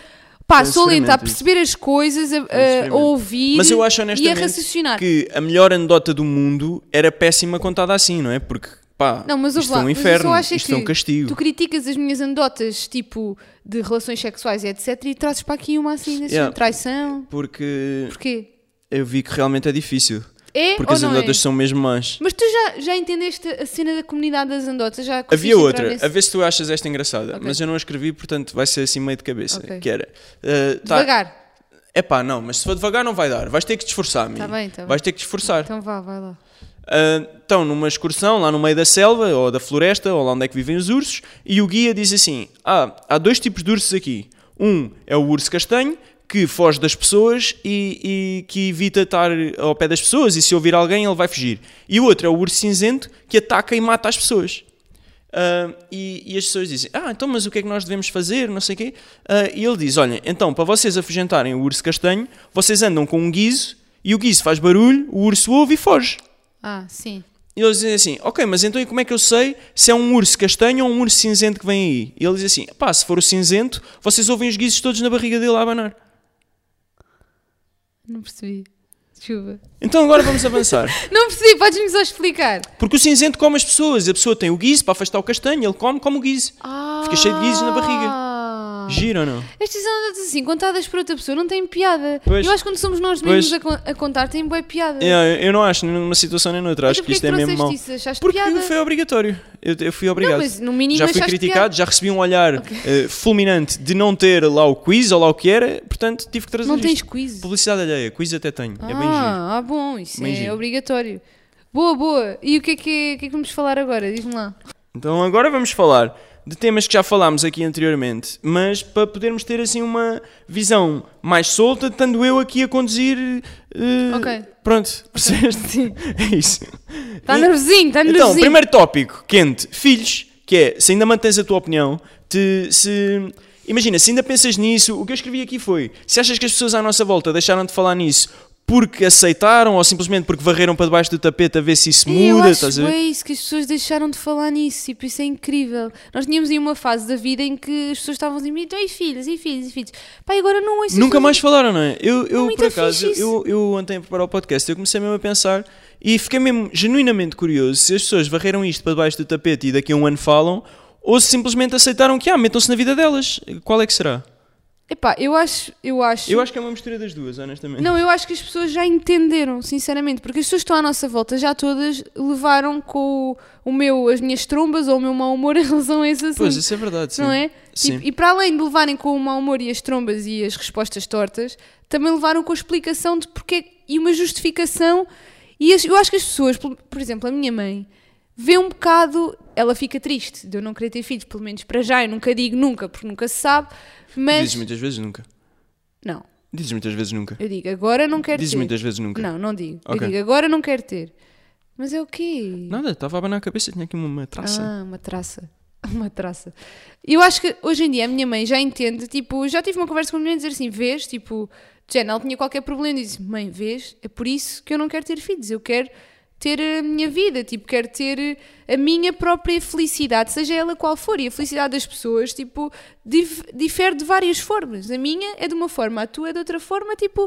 S2: Pá,
S3: um
S2: sou lenta a
S3: experimento isso.
S2: perceber as coisas, a, a- a
S3: experimento.
S2: ouvir
S3: Mas eu
S2: e
S3: acho
S2: a
S3: honestamente
S2: raciocinar.
S3: que a melhor anedota do mundo era péssima contada assim, não é? Porque, pá,
S2: Não, mas
S3: isto
S2: ouve lá,
S3: foi um
S2: mas eu
S3: inferno,
S2: só acho é
S3: isto
S2: que
S3: foi um castigo.
S2: Tu criticas as minhas anedotas, tipo, de relações sexuais e etc. E trazes para aqui uma assim, assim
S3: Yeah.
S2: traição.
S3: Porque
S2: Porquê?
S3: eu vi que realmente é difícil.
S2: É
S3: Porque
S2: ou
S3: as
S2: não
S3: anedotas
S2: é?
S3: são mesmo más.
S2: Mas tu já, já entendeste a cena da comunidade das andotas? Já conseguiste
S3: Havia
S2: entrar
S3: outra,
S2: nesse-
S3: a ver se tu achas esta engraçada, mas eu não a escrevi, portanto vai ser assim meio de cabeça.
S2: Ok.
S3: Que era. eh, tá-
S2: Devagar.
S3: Epá, não, mas se for devagar não vai dar. Vais ter que te esforçar, menino.
S2: bem, tá bem.
S3: Vais ter que te esforçar.
S2: Então vá, vai lá.
S3: Ah, estão numa excursão lá no meio da selva ou da floresta ou lá onde é que vivem os ursos e o guia diz assim: ah, há dois tipos de ursos aqui. Um é o urso castanho que foge das pessoas e, e que evita estar ao pé das pessoas e se ouvir alguém ele vai fugir. E o outro é o urso cinzento que ataca e mata as pessoas. Ah, e, e as pessoas dizem: Ah, então, mas o que é que nós devemos fazer? Não sei o quê. Ah, e ele diz: Olhem, então, para vocês afugentarem o urso castanho, vocês andam com um guiso e o guiso faz barulho, o urso ouve e foge.
S2: Ah, sim.
S3: E eles dizem assim, ok, mas então e como é que eu sei se é um urso castanho ou um urso cinzento que vem aí? E ele diz assim, pá, se for o cinzento, vocês ouvem os guizos todos na barriga dele a abanar.
S2: Não percebi. Chuva.
S3: Então agora vamos avançar.
S2: Não percebi, podes-me só explicar.
S3: Porque o cinzento come as pessoas. A pessoa tem o guiso para afastar o castanho, ele come, come o guiso. Fica Ah. cheio de guizos na barriga.
S2: Ah.
S3: Gira ou não?
S2: Estas anedotas assim, contadas por outra pessoa, não têm piada.
S3: Pois.
S2: Eu acho que quando somos nós
S3: Pois.
S2: mesmos a, con- a contar, tem boa piada.
S3: É, eu não acho, nem numa situação nem noutra. Acho
S2: Então
S3: que isto
S2: porquê
S3: é
S2: que
S3: mesmo mau.
S2: trouxeste isso? Achaste
S3: Porque
S2: piada?
S3: foi obrigatório. Eu, eu fui obrigado.
S2: mas no mínimo
S3: já fui
S2: achaste
S3: criticado,
S2: piada.
S3: já recebi um olhar eh, fulminante de não ter lá o quiz ou lá o que era, portanto tive que trazer
S2: Não
S3: isto.
S2: tens quiz.
S3: Publicidade alheia, quiz até tenho. É bem giro.
S2: ah, ah, bom, isso
S3: Bem
S2: é
S3: giro.
S2: obrigatório. Boa, boa. E o que é que, o que é que vamos falar agora? Diz-me lá.
S3: Então agora vamos falar de temas que já falámos aqui anteriormente, mas para podermos ter assim uma visão mais solta, estando eu aqui a conduzir. eh,
S2: Ok.
S3: Pronto, percebeste? É isso.
S2: Está
S3: E-
S2: Tá nervosinho, está nervosinho.
S3: Então, primeiro tópico, quente, filhos, que é, se ainda mantens a tua opinião, te- se... Imagina, se ainda pensas nisso, o que eu escrevi aqui foi, se achas que as pessoas à nossa volta deixaram de falar nisso porque aceitaram ou simplesmente porque varreram para debaixo do tapete a ver se isso
S2: Ei, eu
S3: muda,
S2: acho
S3: estás a ver?
S2: bué isso, que as pessoas deixaram de falar nisso, tipo, isso é incrível. Nós tínhamos aí uma fase da vida em que as pessoas estavam assim, então, e filhos, e filhos, e filhos. Pá, e agora não ouço assim.
S3: Nunca
S2: isso.
S3: mais falaram, não é? Eu, eu
S2: muito
S3: por acaso,
S2: então fixe isso.
S3: eu, eu ontem a preparar o podcast, eu comecei mesmo a pensar e fiquei mesmo genuinamente curioso se as pessoas varreram isto para debaixo do tapete e daqui a um ano falam, ou se simplesmente aceitaram que, ah, metam-se na vida delas. Qual é que será?
S2: Epá, eu acho, eu acho...
S3: Eu acho que é uma mistura das duas, honestamente.
S2: Não, é eu acho que as pessoas já entenderam, sinceramente, porque as pessoas que estão à nossa volta já todas levaram com o, o meu, as minhas trombas ou o meu mau humor em relação a assim. esse assunto.
S3: Pois, isso é verdade, sim.
S2: não é?
S3: Sim.
S2: Tipo, e para além de levarem com o mau humor e as trombas e as respostas tortas, também levaram com a explicação de porquê e uma justificação. E as- eu acho que as pessoas, por por exemplo, a minha mãe, vê um bocado, ela fica triste de eu não querer ter filhos, pelo menos para já, eu nunca digo nunca, porque nunca se sabe, mas.
S3: Dizes muitas vezes nunca.
S2: Não,
S3: Dizes muitas vezes nunca.
S2: eu digo agora não quero
S3: Dizes
S2: ter.
S3: muitas vezes nunca.
S2: Não, não digo.
S3: Ok.
S2: Eu digo agora não quero ter. Mas é o quê?
S3: Nada, estava a abanar a cabeça, tinha aqui uma traça.
S2: Ah, uma traça. Uma traça. Eu acho que hoje em dia a minha mãe já entende, tipo, já tive uma conversa com a minha mãe dizer assim, vês, tipo, de género, ela tinha qualquer problema e disse, mãe, vês, é por isso que eu não quero ter filhos, eu quero ter a minha vida, tipo, quero ter a minha própria felicidade, seja ela qual for, e a felicidade das pessoas, tipo, dif- difere de várias formas. A minha é de uma forma, a tua é de outra forma, tipo,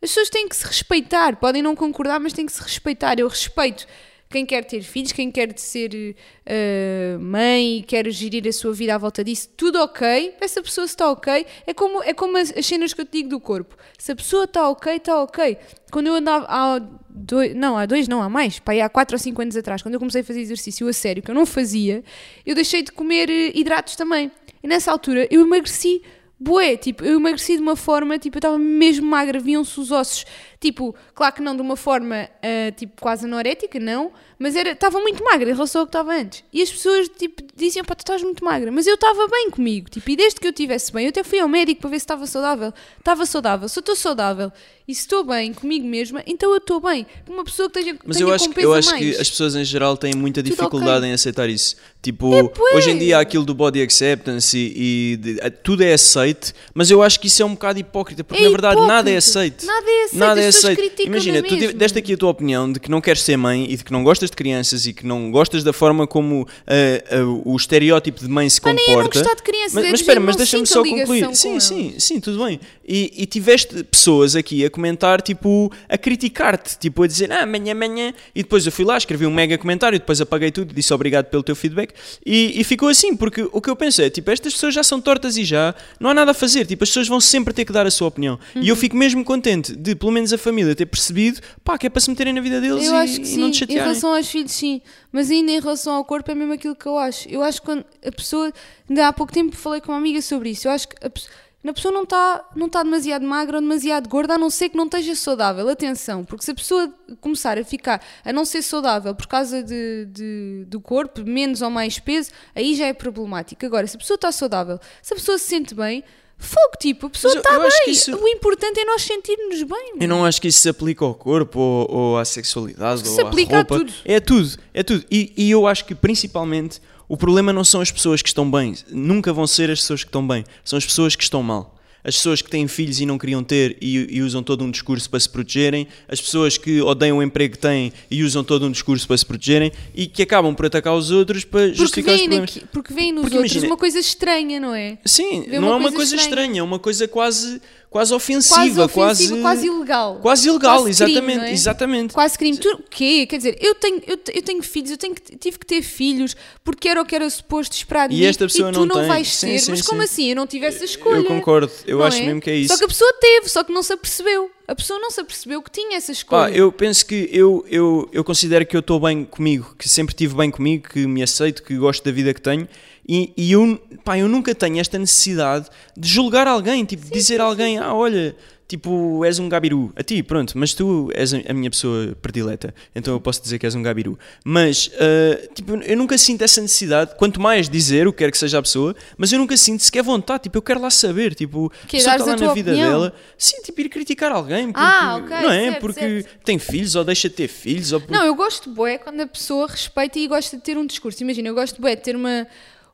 S2: as pessoas têm que se respeitar, podem não concordar, mas têm que se respeitar. Eu respeito quem quer ter filhos, quem quer de ser eh, mãe e quer gerir a sua vida à volta disso, tudo ok. Essa pessoa se está ok. É como, é como as, as cenas que eu te digo do corpo. Se a pessoa está ok, está ok. Quando eu andava há dois, não, há dois, não, há mais, pá, aí há quatro ou cinco anos atrás, quando eu comecei a fazer exercício a sério, que eu não fazia, eu deixei de comer eh, hidratos também. E nessa altura eu emagreci Bué, tipo, eu emagreci de uma forma, tipo, eu estava mesmo magra, viam-se os ossos, tipo, claro que não de uma forma, ah, tipo, quase anorética, não, mas era, estava muito magra em relação ao que estava antes. E as pessoas, tipo, diziam, pá, tu estás muito magra, mas eu estava bem comigo, tipo, e desde que eu estivesse bem, eu até fui ao médico para ver se estava saudável. Estava saudável, se eu estou saudável e se estou bem comigo mesma, então eu estou bem. Uma pessoa que esteja,
S3: Mas
S2: tenha
S3: eu
S2: com um
S3: acho, que,
S2: peso
S3: eu
S2: a
S3: acho
S2: mais.
S3: que as pessoas em geral têm muita
S2: Tudo
S3: dificuldade
S2: ok.
S3: em aceitar isso. Tipo,
S2: É, pois.
S3: hoje em dia há aquilo do body acceptance e, e de- a- tudo é aceito, mas eu acho que isso é um bocado hipócrita, porque
S2: É
S3: na verdade nada é
S2: hipócrita.
S3: aceito.
S2: Nada é aceito, as pessoas criticam
S3: Imagina,
S2: na
S3: tu di-
S2: mesma.
S3: deste aqui a tua opinião de que não queres ser mãe e de que não gostas de crianças e que não gostas da forma como ah, ah, o estereótipo de mãe se
S2: Ah, nem é não
S3: comporta.
S2: gostar de crianças,
S3: mas,
S2: é
S3: mas
S2: dizer,
S3: espera, mas
S2: não
S3: deixa-me
S2: sinto
S3: só
S2: a ligação
S3: concluir.
S2: com
S3: Sim,
S2: elas.
S3: sim, Sim, tudo bem. E, e tiveste pessoas aqui a comentar, tipo, a criticar-te, tipo, a dizer, ah, amanhã, amanhã. E depois eu fui lá, escrevi um mega comentário, depois apaguei tudo e disse obrigado pelo teu feedback. E, e ficou assim, porque o que eu penso é, tipo, estas pessoas já são tortas e já, não há nada a fazer. Tipo, as pessoas vão sempre ter que dar a sua opinião. E eu
S2: Uhum.
S3: fico mesmo contente de, pelo menos, a família ter percebido, pá, que é para se meterem na vida deles
S2: Eu
S3: e,
S2: acho que
S3: e
S2: sim,
S3: não te
S2: em
S3: chatearem.
S2: relação aos filhos, sim, mas ainda em relação ao corpo é mesmo aquilo que eu acho. Eu acho que quando a pessoa, ainda há pouco tempo falei com uma amiga sobre isso, eu acho que a, pe- a pessoa não está não está demasiado magra ou demasiado gorda, a não ser que não esteja saudável. Atenção, porque se a pessoa começar a ficar, a não ser saudável por causa de, de- do corpo, menos ou mais peso, aí já é problemático. Agora, se a pessoa está saudável, se a pessoa se sente bem, fogo, tipo, a pessoa
S3: eu-
S2: está
S3: eu acho que
S2: bem.
S3: isso-
S2: O importante é nós sentirmos bem.
S3: Eu não acho que isso se aplica ao corpo ou, ou à sexualidade
S2: Se
S3: ou
S2: aplica
S3: à
S2: a
S3: roupa.
S2: tudo.
S3: É tudo, é tudo. E, e eu acho que principalmente o problema não são as pessoas que estão bem, nunca vão ser as pessoas que estão bem, são as pessoas que estão mal. As as pessoas que têm filhos e não queriam ter e, e usam todo um discurso para se protegerem, as pessoas que odeiam o emprego que têm e usam todo um discurso para se protegerem e que acabam por atacar os outros para
S2: Porque
S3: justificar os
S2: veem,
S3: problemas.
S2: aqui, porque veem nos
S3: Porque
S2: outros
S3: imagina-
S2: uma coisa estranha, não é?
S3: Sim,
S2: Vê
S3: não
S2: uma
S3: é uma
S2: coisa
S3: coisa
S2: estranha.
S3: estranha. é uma coisa quase, quase
S2: Quase
S3: ofensiva,
S2: ofensiva, quase, ilegal.
S3: Quase ilegal,
S2: Quase crime,
S3: exatamente,
S2: não é?
S3: exatamente.
S2: Quase crime. Tu, o quê? Quer dizer, eu tenho, eu, te- eu tenho filhos, eu tenho que- tive que ter filhos porque era o que era suposto esperar de
S3: E
S2: mim
S3: esta pessoa
S2: e tu
S3: não
S2: não
S3: tem.
S2: vais
S3: Sim,
S2: ter.
S3: sim,
S2: Mas como
S3: sim.
S2: assim? Eu não tive essa escolha.
S3: Eu concordo, eu
S2: não
S3: acho mesmo que é isso.
S2: Só que a pessoa teve, só que não se apercebeu. A pessoa não se apercebeu que tinha essa escolha.
S3: Pá, eu penso que eu, eu, eu considero que eu estou bem comigo, que sempre estive bem comigo, que me aceito, que gosto da vida que tenho e, e eu, pá, eu nunca tenho esta necessidade de julgar alguém, tipo, dizer a alguém, ah, olha, tipo, és um gabiru, a ti, pronto, mas tu és a a minha pessoa predileta, então eu posso dizer que és um gabiru. Mas, ah, tipo, eu nunca sinto essa necessidade, quanto mais dizer o que quer que seja a pessoa, mas eu nunca sinto sequer vontade, tipo, eu quero lá saber, tipo, a
S2: Que
S3: pessoa
S2: dares
S3: está lá
S2: a
S3: na
S2: tua
S3: vida
S2: opinião?
S3: dela, sim, tipo, ir criticar alguém, porque,
S2: Ah, ok,
S3: não é?
S2: certo,
S3: porque
S2: certo.
S3: tem filhos ou deixa de ter filhos ou por-
S2: Não, eu gosto de bué quando a pessoa respeita e gosta de ter um discurso. Imagina, eu gosto de bué de ter uma,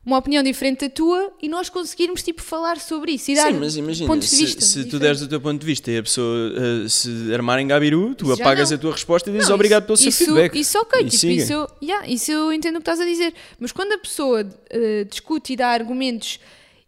S2: uma opinião diferente da tua e nós conseguirmos tipo falar sobre isso e dar
S3: Sim, mas imagina,
S2: pontos de
S3: se,
S2: vista.
S3: se tu
S2: diferentes.
S3: deres o teu ponto de vista e a pessoa eh, se armar em gabiru, tu
S2: Isso já
S3: apagas
S2: não.
S3: a tua resposta e
S2: Não,
S3: dizes
S2: isso-
S3: obrigado pelo seu
S2: isso,
S3: feedback.
S2: Isso ok,
S3: E
S2: tipo,
S3: siga.
S2: isso, eu- yeah, isso eu entendo o que estás a dizer. Mas quando a pessoa eh, discute e dá argumentos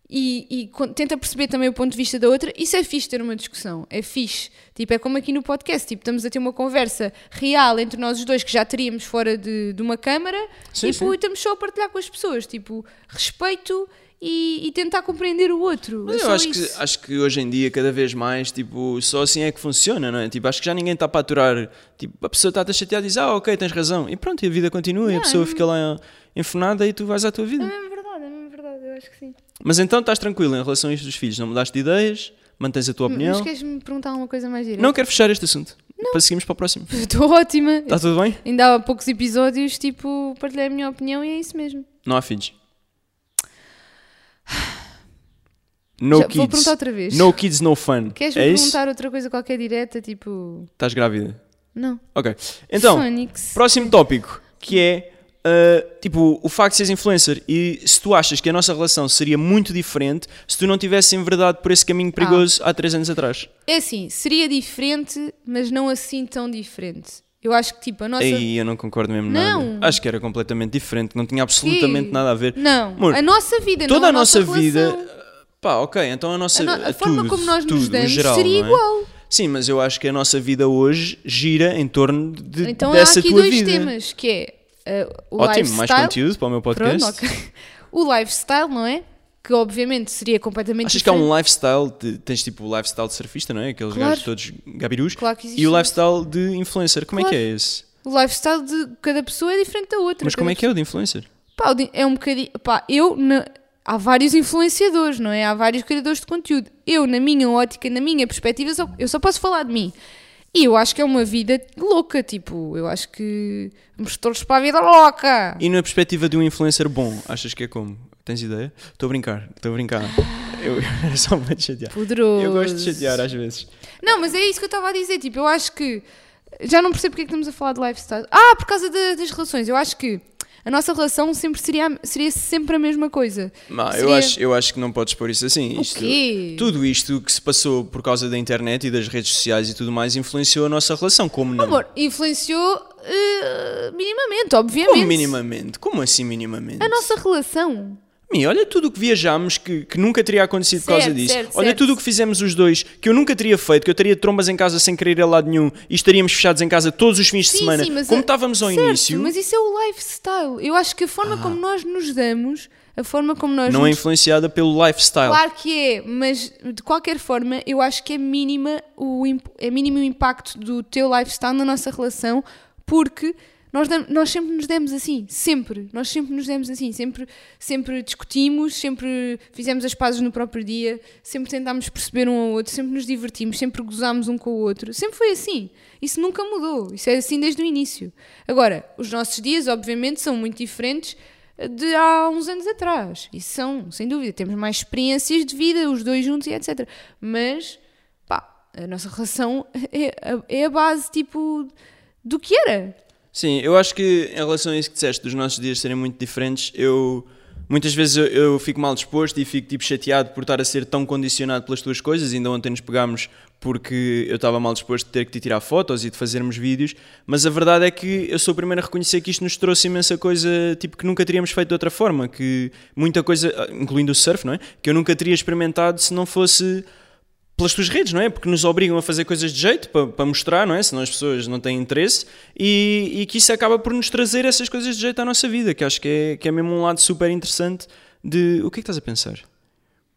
S2: e, e con- tenta perceber também o ponto de vista da outra, isso é fixe ter uma discussão. É fixe. Tipo, é como aqui no podcast. Tipo, estamos a ter uma conversa real entre nós os dois que já teríamos fora de, de uma câmara
S3: Sim,
S2: tipo,
S3: sim.
S2: e estamos só a partilhar com as pessoas. Tipo, respeito e, e tentar compreender o outro.
S3: Mas
S2: é
S3: eu
S2: só
S3: acho que,
S2: isso.
S3: acho que hoje em dia, cada vez mais, tipo, só assim é que funciona, não é? Tipo, acho que já ninguém está para aturar. Tipo, a pessoa está-te a chatear e diz, ah, ok, tens razão. E pronto, e a vida continua e a pessoa fica lá enfunada e tu vais à tua vida.
S2: É mesmo verdade, é mesmo verdade. Eu acho que sim.
S3: Mas então estás tranquilo em relação a isto dos filhos, não mudaste de ideias, mantens a tua
S2: Mas
S3: opinião.
S2: queres-me perguntar uma coisa mais direta?
S3: Não quero fechar este assunto. Para seguirmos para o próximo.
S2: Estou ótima.
S3: Está tudo bem?
S2: Ainda há poucos episódios, tipo, partilhei a minha opinião e é isso mesmo.
S3: Não há filhos. No
S2: Já- vou
S3: kids.
S2: perguntar outra vez.
S3: No kids, no fun.
S2: Queres-me
S3: é isso?
S2: perguntar outra coisa qualquer direta? Tipo,
S3: Estás grávida.
S2: não.
S3: Ok. Então,
S2: Phonics.
S3: próximo tópico, que é uh, tipo o facto de seres influencer e se tu achas que a nossa relação seria muito diferente se tu não tivesse enverdado por esse
S2: Ah.
S3: caminho perigoso há três anos atrás.
S2: É assim, seria diferente, mas não assim tão diferente. Eu acho que, tipo, a nossa.
S3: Aí eu não concordo mesmo
S2: Não.
S3: nada. Acho que era completamente diferente, não tinha absolutamente
S2: Quê?
S3: nada a ver.
S2: Não,
S3: Amor,
S2: a nossa vida,
S3: toda
S2: não
S3: a nossa,
S2: relação.
S3: vida. Pá, ok, então a nossa
S2: A no- a forma
S3: tudo,
S2: como nós nos
S3: tudo, em
S2: damos
S3: geral,
S2: seria
S3: não é?
S2: igual.
S3: Sim, mas eu acho que a nossa vida hoje gira em torno de,
S2: Então há
S3: dessa
S2: aqui
S3: tua
S2: dois
S3: vida.
S2: temas, que é uh, o
S3: Ótimo,
S2: lifestyle.
S3: mais conteúdo para o meu podcast.
S2: Pronto, ok. O lifestyle, não é? Que obviamente seria completamente
S3: Achas que há
S2: diferente.
S3: um lifestyle, de- tens tipo o lifestyle de surfista, não é? Aqueles
S2: Claro.
S3: gajos todos gabirus.
S2: Claro que existe
S3: e o
S2: isso.
S3: lifestyle de influencer, como é que é esse?
S2: O lifestyle de cada pessoa é diferente da outra.
S3: Mas como
S2: Cada
S3: é que é o de influencer?
S2: Pá, o di- é um bocadinho. Pá, eu. na- há vários influenciadores, não é? Há vários criadores de conteúdo. Eu, na minha ótica, na minha perspectiva, só- eu só posso falar de mim. E eu acho que é uma vida louca, tipo, eu acho que vamos todos para a vida louca.
S3: E na perspectiva de um influencer bom, achas que é como? Tens ideia? Estou a brincar, estou a brincar. Eu, era só para te chatear.
S2: Poderoso.
S3: Eu gosto de chatear às vezes.
S2: Não, mas é isso que eu estava a dizer, tipo, eu acho que já não percebo porque é que estamos a falar de lifestyle. Ah, por causa da- das relações. Eu acho que a nossa relação sempre seria, a- seria sempre a mesma coisa.
S3: Mas eu,
S2: Seria-
S3: acho, eu acho que não podes pôr isso assim.
S2: O
S3: Isto-
S2: quê?
S3: Tudo isto que se passou por causa da internet e das redes sociais e tudo mais influenciou a nossa relação, como não?
S2: Amor, influenciou eh, minimamente, obviamente.
S3: como minimamente? Como assim minimamente?
S2: A nossa relação.
S3: Mi, olha tudo o que viajámos que, que nunca teria acontecido por causa
S2: Certo,
S3: disso.
S2: certo,
S3: olha
S2: certo.
S3: tudo o que fizemos os dois que eu nunca teria feito, que eu teria trombas em casa sem querer ir a lado nenhum e estaríamos fechados em casa todos os fins de semana, como
S2: a-
S3: estávamos ao
S2: certo,
S3: início. Ah.
S2: Mas isso é o lifestyle. Eu acho que a forma como nós nos damos, a forma como nós
S3: Não é
S2: nos
S3: influenciada pelo lifestyle.
S2: Claro que é, mas de qualquer forma eu acho que é, mínima o, imp- é mínimo o impacto do teu lifestyle na nossa relação, porque nós, dam- nós sempre nos demos assim, sempre, nós sempre nos demos assim, sempre, sempre discutimos, sempre fizemos as pazes no próprio dia, sempre tentámos perceber um ao outro, sempre nos divertimos, sempre gozámos um com o outro, sempre foi assim, isso nunca mudou, isso é assim desde o início. Agora, os nossos dias obviamente são muito diferentes, de há uns anos atrás. E são, sem dúvida, temos mais experiências de vida, os dois juntos e etc. Mas, pá, a nossa relação é a, é a base, tipo, do que era.
S3: Sim, eu acho que em relação a isso que disseste, dos nossos dias serem muito diferentes, eu Muitas vezes eu, eu fico mal disposto e fico tipo chateado por estar a ser tão condicionado pelas tuas coisas. Ainda ontem nos pegámos porque eu estava mal disposto de ter que te tirar fotos e de fazermos vídeos, mas a verdade é que eu sou o primeiro a reconhecer que isto nos trouxe imensa coisa tipo que nunca teríamos feito de outra forma, que muita coisa, incluindo o surf, não é? Que eu nunca teria experimentado se não fosse pelas tuas redes, não é? Porque nos obrigam a fazer coisas de jeito para, para mostrar, não é? Senão as pessoas não têm interesse e, e que isso acaba por nos trazer essas coisas de jeito à nossa vida, que acho que é, que é mesmo um lado super interessante de. O que é que estás a pensar?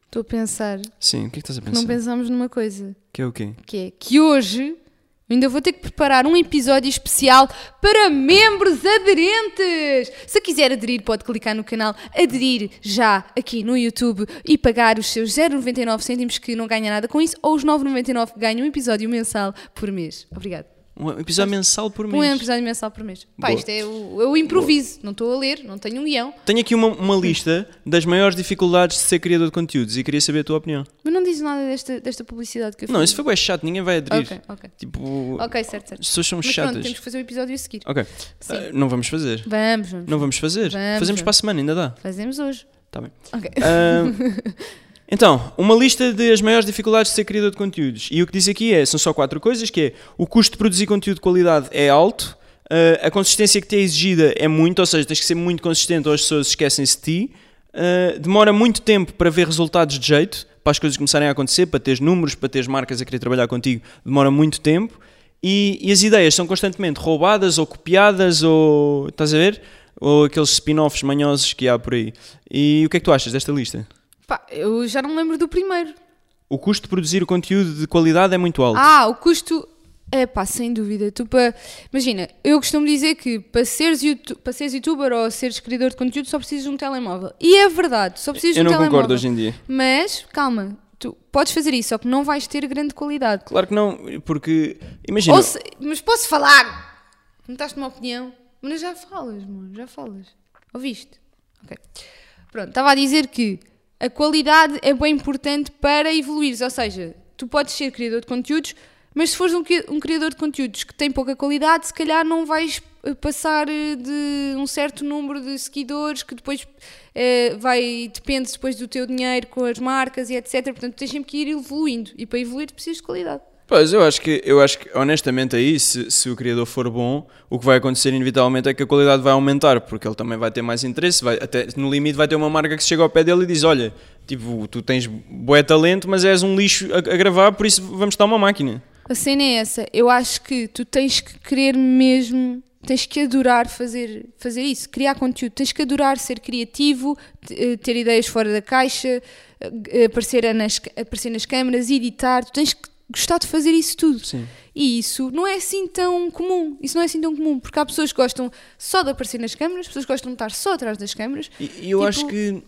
S2: Estou a pensar
S3: Sim, o que é que estás a
S2: que
S3: pensar?
S2: não pensamos numa coisa,
S3: Que é o quê?
S2: que é que hoje ainda vou ter que preparar um episódio especial para membros aderentes. Se quiser aderir, pode clicar no canal Aderir já aqui no YouTube e pagar os seus 0,99 cêntimos que não ganha nada com isso ou os 9,99 que ganha um episódio mensal por mês. Obrigado.
S3: Um episódio mensal por mês.
S2: Um episódio mensal por mês. Pá,
S3: Boa.
S2: isto é o, eu improviso, não estou a ler, não tenho um guião.
S3: Tenho aqui uma, uma lista das maiores dificuldades de ser criador de conteúdos e queria saber a tua opinião.
S2: Mas não diz nada desta, desta publicidade que eu fiz.
S3: Não, isso foi bem chato, ninguém vai aderir.
S2: Ok, ok.
S3: Tipo,
S2: Ok, certo, certo.
S3: as pessoas são
S2: Mas
S3: chatas.
S2: pronto, temos que fazer o episódio a seguir.
S3: Ok,
S2: Sim.
S3: Ah, não vamos fazer.
S2: Vamos, vamos.
S3: Não vamos fazer.
S2: Vamos,
S3: Fazemos
S2: vamos.
S3: para a semana, ainda dá.
S2: Fazemos hoje.
S3: Tá bem.
S2: Ok.
S3: Ah, então, uma lista das maiores dificuldades de ser criador de conteúdos. E o que diz aqui é, são só quatro coisas, que é o custo de produzir conteúdo de qualidade é alto, ah, a consistência que te é exigida é muito, ou seja, tens que ser muito consistente ou as pessoas esquecem-se de ti, ah, demora muito tempo para ver resultados de jeito, para as coisas começarem a acontecer, para teres números, para teres marcas a querer trabalhar contigo, demora muito tempo, e, e as ideias são constantemente roubadas ou copiadas ou... estás a ver? Ou aqueles spin-offs manhosos que há por aí. E o que é que tu achas desta lista?
S2: Pá, eu já não me lembro do primeiro.
S3: O custo de produzir o conteúdo de qualidade é muito alto.
S2: Ah, o custo. É pá, sem dúvida. Tu pa... Imagina, eu costumo dizer que para seres, youtu- para seres youtuber ou seres criador de conteúdo só precisas de um telemóvel. E é verdade, só precisas
S3: Eu
S2: de um
S3: não
S2: telemóvel.
S3: concordo hoje em dia.
S2: Mas, calma, tu podes fazer isso, só que não vais ter grande qualidade.
S3: Claro que não, porque imagina,
S2: Ou se- Mas posso falar? Perguntaste uma opinião? Mas já falas, amor, já falas. Ouviste? Ok. Pronto, estava a dizer que a qualidade é bem importante para evoluires, ou seja, tu podes ser criador de conteúdos, mas se fores um, cri- um criador de conteúdos que tem pouca qualidade, se calhar não vais eh, passar eh, de um certo número de seguidores que depois eh, vai, depende depois do teu dinheiro com as marcas e etc. Portanto, tens sempre que ir evoluindo e para evoluir tu precisas de qualidade.
S3: pois eu acho que eu acho que honestamente aí, se, se o criador for bom, o que vai acontecer inevitavelmente é que a qualidade vai aumentar, porque ele também vai ter mais interesse, vai, até no limite vai ter uma marca que chega ao pé dele e diz, olha, tipo, tu tens bué talento, mas és um lixo a, a gravar, por isso vamos dar uma máquina.
S2: A cena é essa. Eu acho que tu tens que querer mesmo, tens que adorar fazer, fazer isso, criar conteúdo. Tens que adorar ser criativo, te- eh, ter ideias fora da caixa, eh, eh, aparecer nas, aparecer nas câmaras, editar. Tu tens que gostar de fazer isso tudo.
S3: Sim.
S2: E isso não é assim tão comum. Isso não é assim tão comum, porque há pessoas que gostam só de aparecer nas câmaras, pessoas que gostam de estar só atrás das câmaras.
S3: E e eu
S2: Tipo-
S3: acho que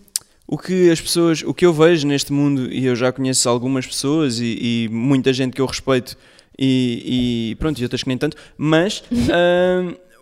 S3: o que as pessoas, o que eu vejo neste mundo, e eu já conheço algumas pessoas e, e muita gente que eu respeito, e, e pronto, e outras que nem tanto, mas hum,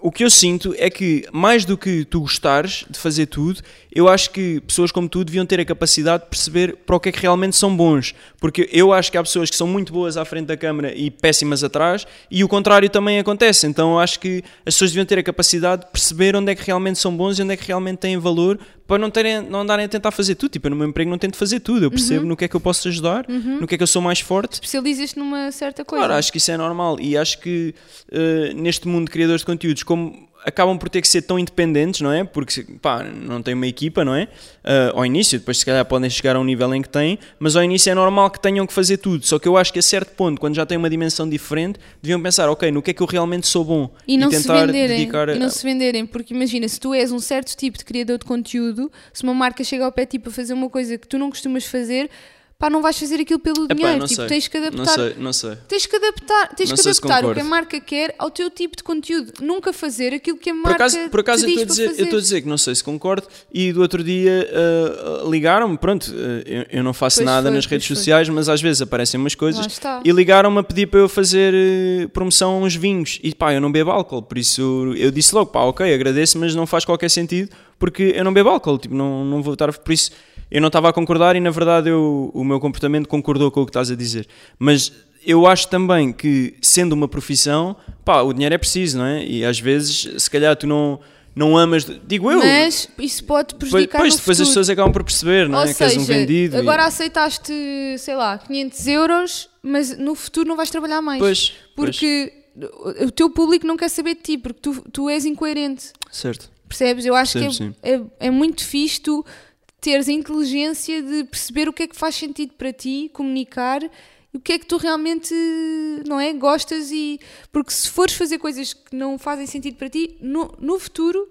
S3: o que eu sinto é que, mais do que tu gostares de fazer tudo, eu acho que pessoas como tu deviam ter a capacidade de perceber para o que é que realmente são bons, porque eu acho que há pessoas que são muito boas à frente da câmara e péssimas atrás, e o contrário também acontece. Então eu acho que as pessoas deviam ter a capacidade de perceber onde é que realmente são bons e onde é que realmente têm valor para não, terem, não andarem a tentar fazer tudo. Tipo, eu no meu emprego não tento fazer tudo,
S2: Uhum.
S3: eu percebo no que é que eu posso ajudar, no que é que eu sou mais forte.
S2: Especializas-te numa certa coisa.
S3: Claro, acho que isso é normal e acho que eh, neste mundo de criadores de conteúdos, como acabam por ter que ser tão independentes, não é? Porque pá, não tem uma equipa, não é? Eh, ao início, depois se calhar podem chegar a um nível em que têm, mas ao início é normal que tenham que fazer tudo. Só que eu acho que a certo ponto, quando já tem uma dimensão diferente, deviam pensar, ok, no que é que eu realmente sou bom
S2: e não se
S3: tentar
S2: venderem
S3: dedicar.
S2: e
S3: a-
S2: não se venderem porque imagina se tu és um certo tipo de criador de conteúdo se uma marca chega ao pé tipo a fazer uma coisa que tu não costumas fazer pá não vais fazer aquilo pelo
S3: Epá,
S2: dinheiro
S3: não
S2: tipo
S3: sei,
S2: tens que
S3: Não
S2: adaptar
S3: sei, não sei.
S2: tens que adaptar tens
S3: Não
S2: que
S3: sei se
S2: adaptar o que a
S3: concordo.
S2: marca quer ao teu tipo de conteúdo nunca fazer aquilo que a
S3: Por
S2: marca
S3: acaso, por acaso
S2: te
S3: eu
S2: diz
S3: estou a
S2: para
S3: dizer, eu
S2: fazer.
S3: estou a dizer que não sei se concordo, e do outro dia ah, ligaram-me, pronto, ah, eu, eu não faço
S2: Pois
S3: nada
S2: foi,
S3: nas
S2: pois
S3: redes
S2: foi.
S3: sociais, mas às vezes aparecem umas coisas
S2: Lá está.
S3: e ligaram-me a pedir para eu fazer eh, promoção a uns vinhos. E pá, eu não bebo álcool, por isso eu disse logo, pá, ok, agradeço, mas não faz qualquer sentido porque eu não bebo álcool, tipo, não, não vou estar. Por isso eu não estava a concordar e na verdade eu, o meu comportamento concordou com o que estás a dizer. Mas eu acho também que sendo uma profissão, pá, o dinheiro é preciso, não é? E às vezes, se calhar tu não. não amas. Digo eu!
S2: Mas isso pode
S3: Depois,
S2: prejudicar
S3: depois
S2: no
S3: depois as
S2: futuro.
S3: pessoas acabam por perceber, não
S2: Ou
S3: é? que és
S2: seja,
S3: um vendido. e-
S2: agora aceitaste, sei lá, 500 euros, mas no futuro não vais trabalhar mais.
S3: Pois,
S2: Porque o- o teu público não quer saber de ti, porque tu, tu és incoerente.
S3: Certo.
S2: Percebes? Eu acho
S3: Percebo,
S2: que é, é, é muito fixe tu teres a inteligência de perceber o que é que faz sentido para ti, comunicar e o que é que tu realmente não é, gostas e porque se fores fazer coisas que não fazem sentido para ti, no, no futuro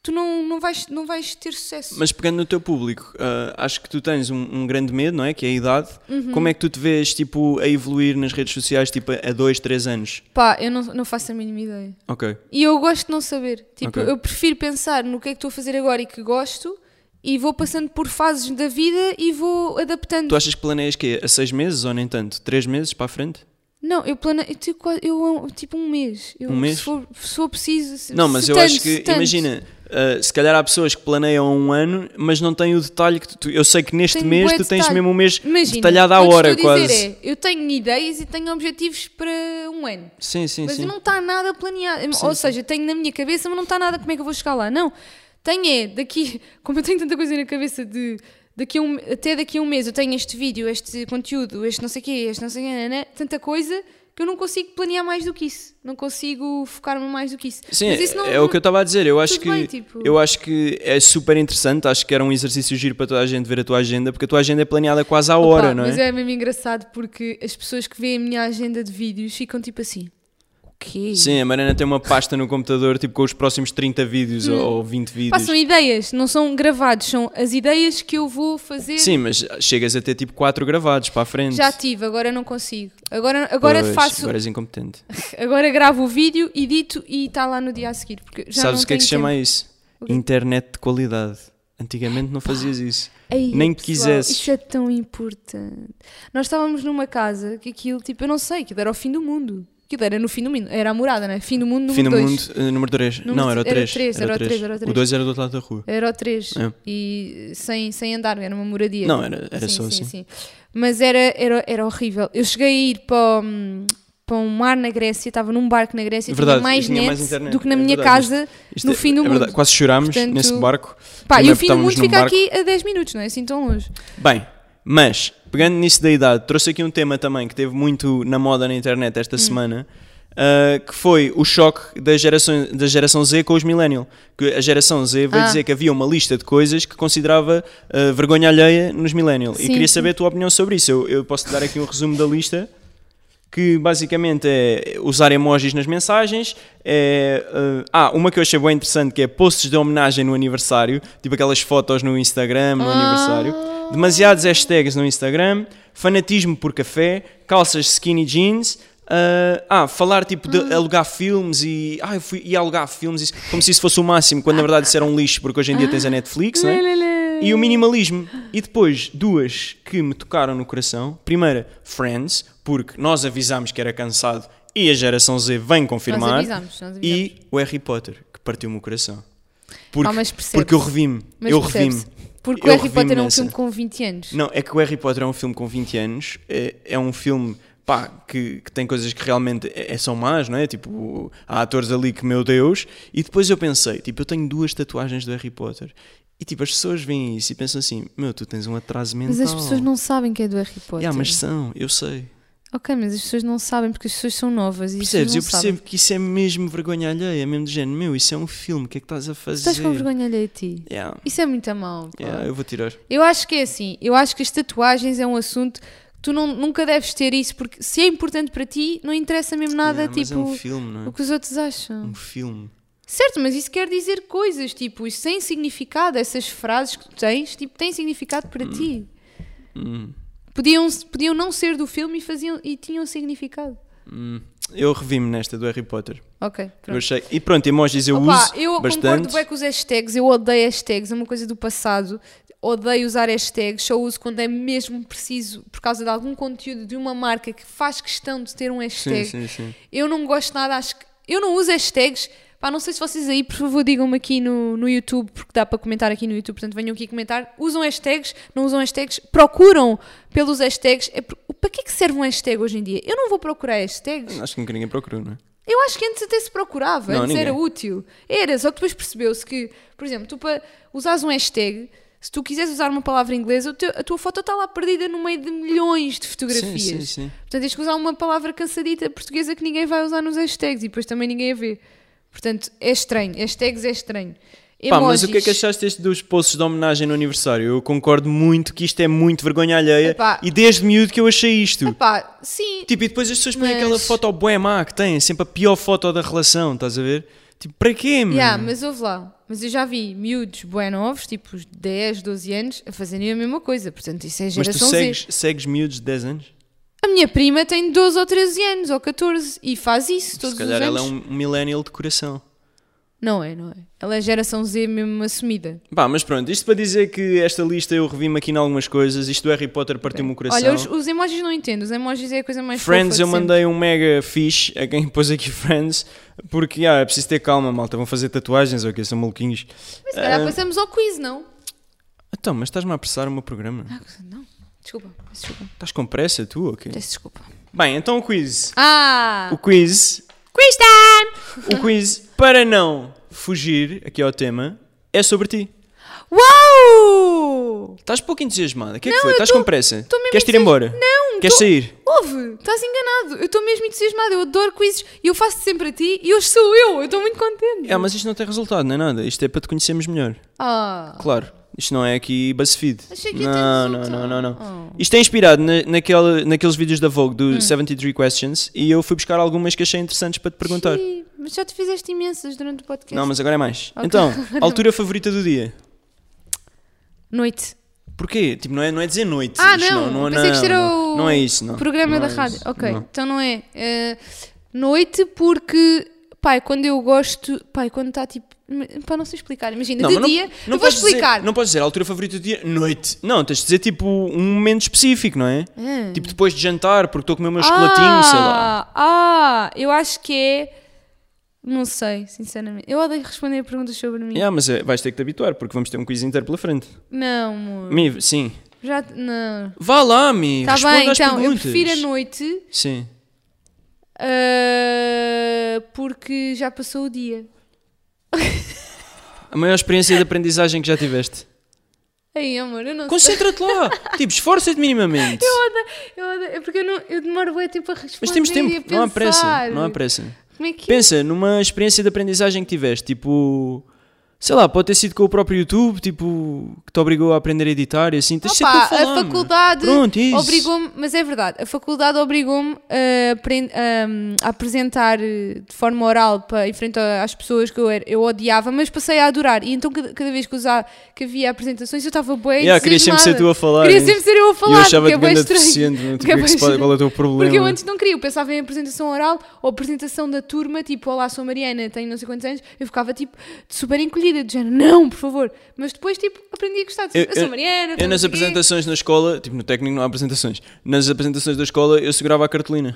S2: tu não, não, vais, não vais ter sucesso.
S3: Mas pegando no teu público, ah, acho que tu tens um, um grande medo, não é? Que é a idade.
S2: Uhum.
S3: Como é que tu te vês tipo, a evoluir nas redes sociais tipo, a 2, 3 anos?
S2: Pá, eu não, não faço a mínima ideia.
S3: Ok.
S2: E eu gosto de não saber. Tipo,
S3: Ok.
S2: eu prefiro pensar no que é que estou a fazer agora e que gosto e vou passando por fases da vida e vou adaptando.
S3: Tu achas que planeias que A 6 meses ou nem tanto? 3 meses para a frente?
S2: Não, eu planeio. Tipo, qua- eu, tipo um mês. Eu-
S3: Um mês?
S2: Se for, se for preciso. se-
S3: Não, mas
S2: se
S3: eu
S2: tanto,
S3: acho que,
S2: se tanto.
S3: imagina, ah, se calhar há pessoas que planeiam um ano, mas não têm o detalhe que tu- tu. Eu sei que neste
S2: Tenho
S3: mês
S2: bué
S3: tu tens
S2: detalhe.
S3: mesmo um mês
S2: Imagina,
S3: detalhado à
S2: o que eu
S3: hora,
S2: estou a dizer
S3: quase.
S2: é, eu tenho ideias e tenho objetivos para um ano.
S3: Sim, sim,
S2: mas
S3: sim.
S2: não está nada planeado. Ou seja, tenho na minha cabeça, mas não está nada como é que eu vou chegar lá. Não. Tenho é, daqui, como eu tenho tanta coisa na cabeça de daqui a um, até daqui a um mês eu tenho este vídeo, este conteúdo, este não sei o quê, este não sei o quê, né, né, tanta coisa que eu não consigo planear mais do que isso. Não consigo focar-me mais do que isso.
S3: Sim,
S2: Mas isso não-
S3: é o que eu estava a dizer. Eu acho,
S2: Tudo
S3: que,
S2: bem, tipo-
S3: eu acho que é super interessante. Acho que era um exercício giro para toda a gente ver a tua agenda, porque a tua agenda é planeada quase à
S2: Opa,
S3: hora, não
S2: Mas
S3: é?
S2: é mesmo engraçado porque as pessoas que veem a minha agenda de vídeos ficam tipo assim: o quê?
S3: Sim, a Mariana tem uma pasta no computador tipo com os próximos 30 vídeos
S2: Hum.
S3: ou- ou 20 vídeos.
S2: Passam ideias, não são gravados, são as ideias que eu vou fazer.
S3: Sim, mas chegas a ter tipo 4 gravados para a frente.
S2: Já tive, agora não consigo. Agora, agora
S3: Pois,
S2: faço,
S3: Agora
S2: agora...
S3: és incompetente.
S2: gravo o vídeo, edito e está lá no dia a seguir. Porque já
S3: Sabes
S2: não
S3: o que é que se
S2: tenho
S3: chama
S2: tempo.
S3: isso? Internet de qualidade. Antigamente não
S2: Ah,
S3: fazias isso.
S2: Ei,
S3: Nem que
S2: pessoal,
S3: quisesses.
S2: é Isso é tão importante. Nós estávamos numa casa que aquilo, tipo, eu não sei, aquilo era o fim do mundo. Aquilo era no fim do mundo, era a morada, né? Fim do mundo, número
S3: Fim do
S2: dois.
S3: mundo, eh, número 3.
S2: Número
S3: Não, era o
S2: era
S3: 3.
S2: três, era o três, era o
S3: O
S2: três.
S3: 2 era do outro lado da rua.
S2: Era o 3
S3: É.
S2: e sem, sem andar, era uma moradia.
S3: Não, era- era
S2: Sim,
S3: só
S2: sim,
S3: assim.
S2: sim. Mas era, era, era horrível. Eu cheguei a ir para, o- para um mar na Grécia, estava num barco na Grécia,
S3: É Verdade,
S2: tinha mais
S3: tinha
S2: net
S3: mais internet,
S2: do que na
S3: é
S2: minha
S3: verdade,
S2: casa
S3: Isto
S2: no
S3: é-
S2: fim do
S3: é
S2: mundo.
S3: verdade, Quase chorámos
S2: Portanto,
S3: nesse barco.
S2: Pá, e o
S3: Primeiro
S2: fim do
S3: estávamos
S2: mundo
S3: num
S2: fica
S3: barco.
S2: aqui a 10 minutos, não é assim tão longe.
S3: Bem, mas pegando nisso da idade, trouxe aqui um tema também que teve muito na moda na internet esta
S2: Hum.
S3: semana. ah, que foi o choque da geração, da geração Z com os millennial que a geração Z veio
S2: Ah.
S3: dizer que havia uma lista de coisas que considerava ah, vergonha alheia nos millennial e
S2: Sim,
S3: queria
S2: sim.
S3: saber a tua opinião sobre isso eu, eu posso te dar aqui um resumo da lista que basicamente é usar emojis nas mensagens. É, eh, ah, uma que eu achei bem interessante que é posts de homenagem no aniversário, tipo aquelas fotos no Instagram, no aniversário. Demasiados hashtags no Instagram, fanatismo por café, calças skinny jeans. eh, ah, falar tipo de alugar filmes e. Ah, eu fui e alugar filmes, isso, como se isso fosse o máximo, quando na verdade isso era um lixo, porque hoje em dia tens a Netflix, não é? E o minimalismo. E depois, duas que me tocaram no coração. Primeira, Friends, porque nós avisámos que era cansado e a geração Z vem confirmar.
S2: Nós avisámos, nós avisámos.
S3: E o Harry Potter, que partiu-me o coração. Porque,
S2: Ah, mas percebe-se.
S3: porque eu revi-me.
S2: Mas
S3: eu
S2: percebe-se,
S3: revi-me.
S2: Porque
S3: Eu
S2: o Harry
S3: revi-me
S2: Potter é um
S3: nessa.
S2: filme com 20 anos.
S3: Não, é que o Harry Potter é um filme com 20 anos, é, é um filme pá, que, que tem coisas que realmente é, é- são más, não é? Tipo, há atores ali que, meu Deus. E depois eu pensei, tipo, eu tenho duas tatuagens do Harry Potter. E tipo, as pessoas veem isso e pensam assim: meu, tu tens um atraso mental.
S2: Mas as pessoas não sabem que é do Harry Potter.
S3: Yeah, mas são, eu sei.
S2: Ok, mas as pessoas não sabem porque as pessoas são novas e as pessoas
S3: Percebes?
S2: não
S3: Eu percebo
S2: sabem.
S3: que isso é mesmo vergonha alheia, mesmo de género. Meu, isso é um filme, o que é que estás a fazer?
S2: Estás com vergonha alheia de ti.
S3: Yeah,
S2: Isso é muito mau. pá.
S3: yeah, eu vou tirar.
S2: Eu acho que é assim, eu acho que as tatuagens é um assunto que tu não- nunca deves ter isso, porque se é importante para ti, não interessa mesmo nada,
S3: Yeah, mas
S2: tipo,
S3: é um filme, não
S2: o
S3: é?
S2: que os outros acham.
S3: Um filme.
S2: Certo, mas isso quer dizer coisas, tipo, isso tem significado, essas frases que tu tens, tipo, têm significado
S3: Hum.
S2: para ti. Podiam, podiam não ser do filme e, faziam, e tinham significado.
S3: Eu revi-me nesta do Harry Potter.
S2: Ok,
S3: Eu
S2: pronto.
S3: achei- E pronto, emojis eu
S2: Opa,
S3: uso
S2: eu
S3: bastante.
S2: concordo bem com os hashtags, eu odeio hashtags, é uma coisa do passado. Odeio usar hashtags, só uso quando é mesmo preciso, por causa de algum conteúdo de uma marca que faz questão de ter um hashtag.
S3: Sim, sim, sim.
S2: Eu não gosto nada, acho que. Eu não uso hashtags. Pá, não sei se vocês aí, por favor, digam-me aqui no, no YouTube, porque dá para comentar aqui no YouTube, portanto venham aqui comentar. Usam hashtags, não usam hashtags, procuram pelos hashtags. É por- para que é que serve um hashtag hoje em dia? Eu não vou procurar hashtags.
S3: Acho que nunca ninguém procurou, não é?
S2: Eu acho que antes até se procurava,
S3: Não,
S2: antes era
S3: ninguém.
S2: útil. Era, só que depois percebeu-se que, por exemplo, tu para usares um hashtag, se tu quiseres usar uma palavra inglesa, o teu- a tua foto está lá perdida no meio de milhões de fotografias.
S3: Sim, sim, sim.
S2: Portanto, tens que usar uma palavra cansadita portuguesa que ninguém vai usar nos hashtags e depois também ninguém a vê. Portanto, é estranho. Hashtags é estranho.
S3: Pá, mas o que é que
S2: Emojis.
S3: achaste este dos poços de homenagem no aniversário? Eu concordo muito que isto é muito vergonha alheia
S2: Epá.
S3: e desde miúdo que eu achei isto.
S2: Epá, sim.
S3: Tipo, e depois as pessoas põem
S2: Mas-
S3: aquela foto bué má que têm, sempre a pior foto da relação, estás a ver? Tipo, para quê, mano?
S2: Yeah, mas ouve lá. Mas eu já vi miúdos bué novos, tipo os 10, 12 anos, a fazerem a mesma coisa. Portanto, isso é
S3: Mas tu
S2: geração Z.
S3: segues, segues miúdos de 10 anos?
S2: A minha prima tem 12 ou 13 anos, ou 14, e faz isso todos
S3: Se calhar
S2: os anos.
S3: ela é um millennial de coração.
S2: Não é, não é. Ela é geração Z mesmo assumida.
S3: Pá, mas pronto, isto para dizer que esta lista eu revi-me aqui em algumas coisas. Isto do Harry Potter partiu-me o um coração.
S2: Olha, os, os emojis não entendo. Os emojis é a coisa mais fofa
S3: Friends,
S2: de
S3: eu
S2: sempre.
S3: mandei um mega fixe a quem pôs aqui Friends, porque ah, é preciso ter calma, malta. Vão fazer tatuagens ou que são maluquinhos.
S2: Mas se calhar
S3: Ah,
S2: passamos ao quiz, não?
S3: Então, mas estás-me a apressar o meu programa.
S2: Ah, não. Desculpa, peço desculpa.
S3: Estás com pressa, tu ou quê?
S2: Peço desculpa.
S3: Bem, então o quiz.
S2: Ah!
S3: O quiz.
S2: Quiz time!
S3: O quiz, para não fugir aqui ao tema, é sobre ti.
S2: Uau!
S3: Estás pouco entusiasmada. O que é que
S2: Não,
S3: foi?
S2: eu
S3: Estás
S2: tô-
S3: com pressa?
S2: tô mesmo
S3: Queres ir
S2: entusias-
S3: embora?
S2: Não,
S3: Queres
S2: tô-
S3: sair?
S2: Ouve, estás enganado. Eu estou mesmo entusiasmada. Eu adoro quizzes. Eu faço sempre a ti e hoje sou eu. Eu estou muito contente.
S3: É, mas isto não tem resultado, não é nada. Isto é para te conhecermos melhor.
S2: Ah,
S3: Claro. Isto não é aqui BuzzFeed.
S2: Achei que ia ter
S3: não, não,
S2: resultado.
S3: não, não, não.
S2: Oh. Hum.
S3: Isto é inspirado na, naquele, naqueles vídeos da Vogue do 73 Questions e eu fui buscar algumas que achei interessantes para te perguntar.
S2: sim, mas já te fizeste imensas durante o podcast.
S3: Não, mas agora é mais.
S2: Ok.
S3: Então, altura favorita do dia.
S2: Noite.
S3: Porquê? Tipo, não é, não é dizer noite.
S2: Ah,
S3: Isto
S2: não,
S3: não,
S2: pensei que
S3: não,
S2: isto era
S3: não.
S2: o
S3: Não é isso, não.
S2: programa
S3: Não
S2: da
S3: é
S2: rádio.
S3: isso,
S2: ok,
S3: não.
S2: então não é. Eh, noite, porque, pai, quando eu gosto, pai, quando está tipo. Para não sei explicar, imagina,
S3: Não,
S2: de
S3: mas não-
S2: dia,
S3: não
S2: eu vou
S3: podes dizer-
S2: explicar.
S3: não podes dizer a altura favorita do dia, noite. Não, tens de dizer tipo um momento específico, não é?
S2: Ah.
S3: Tipo depois de jantar, porque estou a comer o meu chocolatinho,
S2: ah,
S3: sei lá.
S2: Ah, eu acho que é. Não sei, sinceramente. Eu odeio responder a perguntas sobre mim.
S3: Yeah, mas é, vais ter que te habituar, porque vamos ter um quiz inteiro pela frente.
S2: Não, amor.
S3: Mi, sim.
S2: Já. Não.
S3: Vá lá, Mi.
S2: Está
S3: responda
S2: bem,
S3: Hum. às
S2: então,
S3: perguntas.
S2: eu prefiro a noite
S3: Sim.
S2: ah, porque já passou o dia.
S3: A maior experiência de aprendizagem que já tiveste.
S2: Ai, amor, eu não
S3: Concentra-te lá. tipo, esforça-te minimamente.
S2: Eu odeio- é porque eu, não, eu demoro bem tempo a responder.
S3: Mas temos
S2: e a
S3: tempo, não há pressa.
S2: pensar.
S3: Não há pressa.
S2: Como é que é?
S3: Pensa numa experiência de aprendizagem que tiveste, tipo, sei lá, pode ter sido com o próprio YouTube, tipo, que te obrigou a aprender a editar e assim, tens de ser
S2: Opa,
S3: tu falar,
S2: a
S3: mano.
S2: faculdade
S3: Pronto, isso.
S2: obrigou-me, mas é verdade, a faculdade obrigou-me a, apren- a- a apresentar eh, de forma oral para, em frente a- às pessoas que eu, era- eu odiava, mas passei a adorar. E então cada, cada vez que, usava, que havia apresentações eu estava bem.
S3: Yeah, querias sempre ser tu a falar,
S2: Queria
S3: hein?
S2: sempre ser eu a
S3: E
S2: falar.
S3: eu achava-te
S2: porque é bué
S3: grande
S2: estranho.
S3: deficiente,
S2: Porque
S3: não? Tipo, o que é que se
S2: bué
S3: pode- qual é o teu
S2: estranho.
S3: problema?
S2: Porque eu antes não queria, eu pensava em apresentação oral ou apresentação da turma, tipo, olá, sou a Mariana, tenho não sei quantos anos, eu ficava tipo super encolhida, de género, não, por favor. Mas depois, tipo, aprendi a gostar. de- Eu, sou a Mariana,
S3: eu
S2: tenho
S3: nas
S2: não sei quê.
S3: apresentações na escola, tipo, no técnico não há apresentações, nas apresentações da escola eu segurava a cartolina.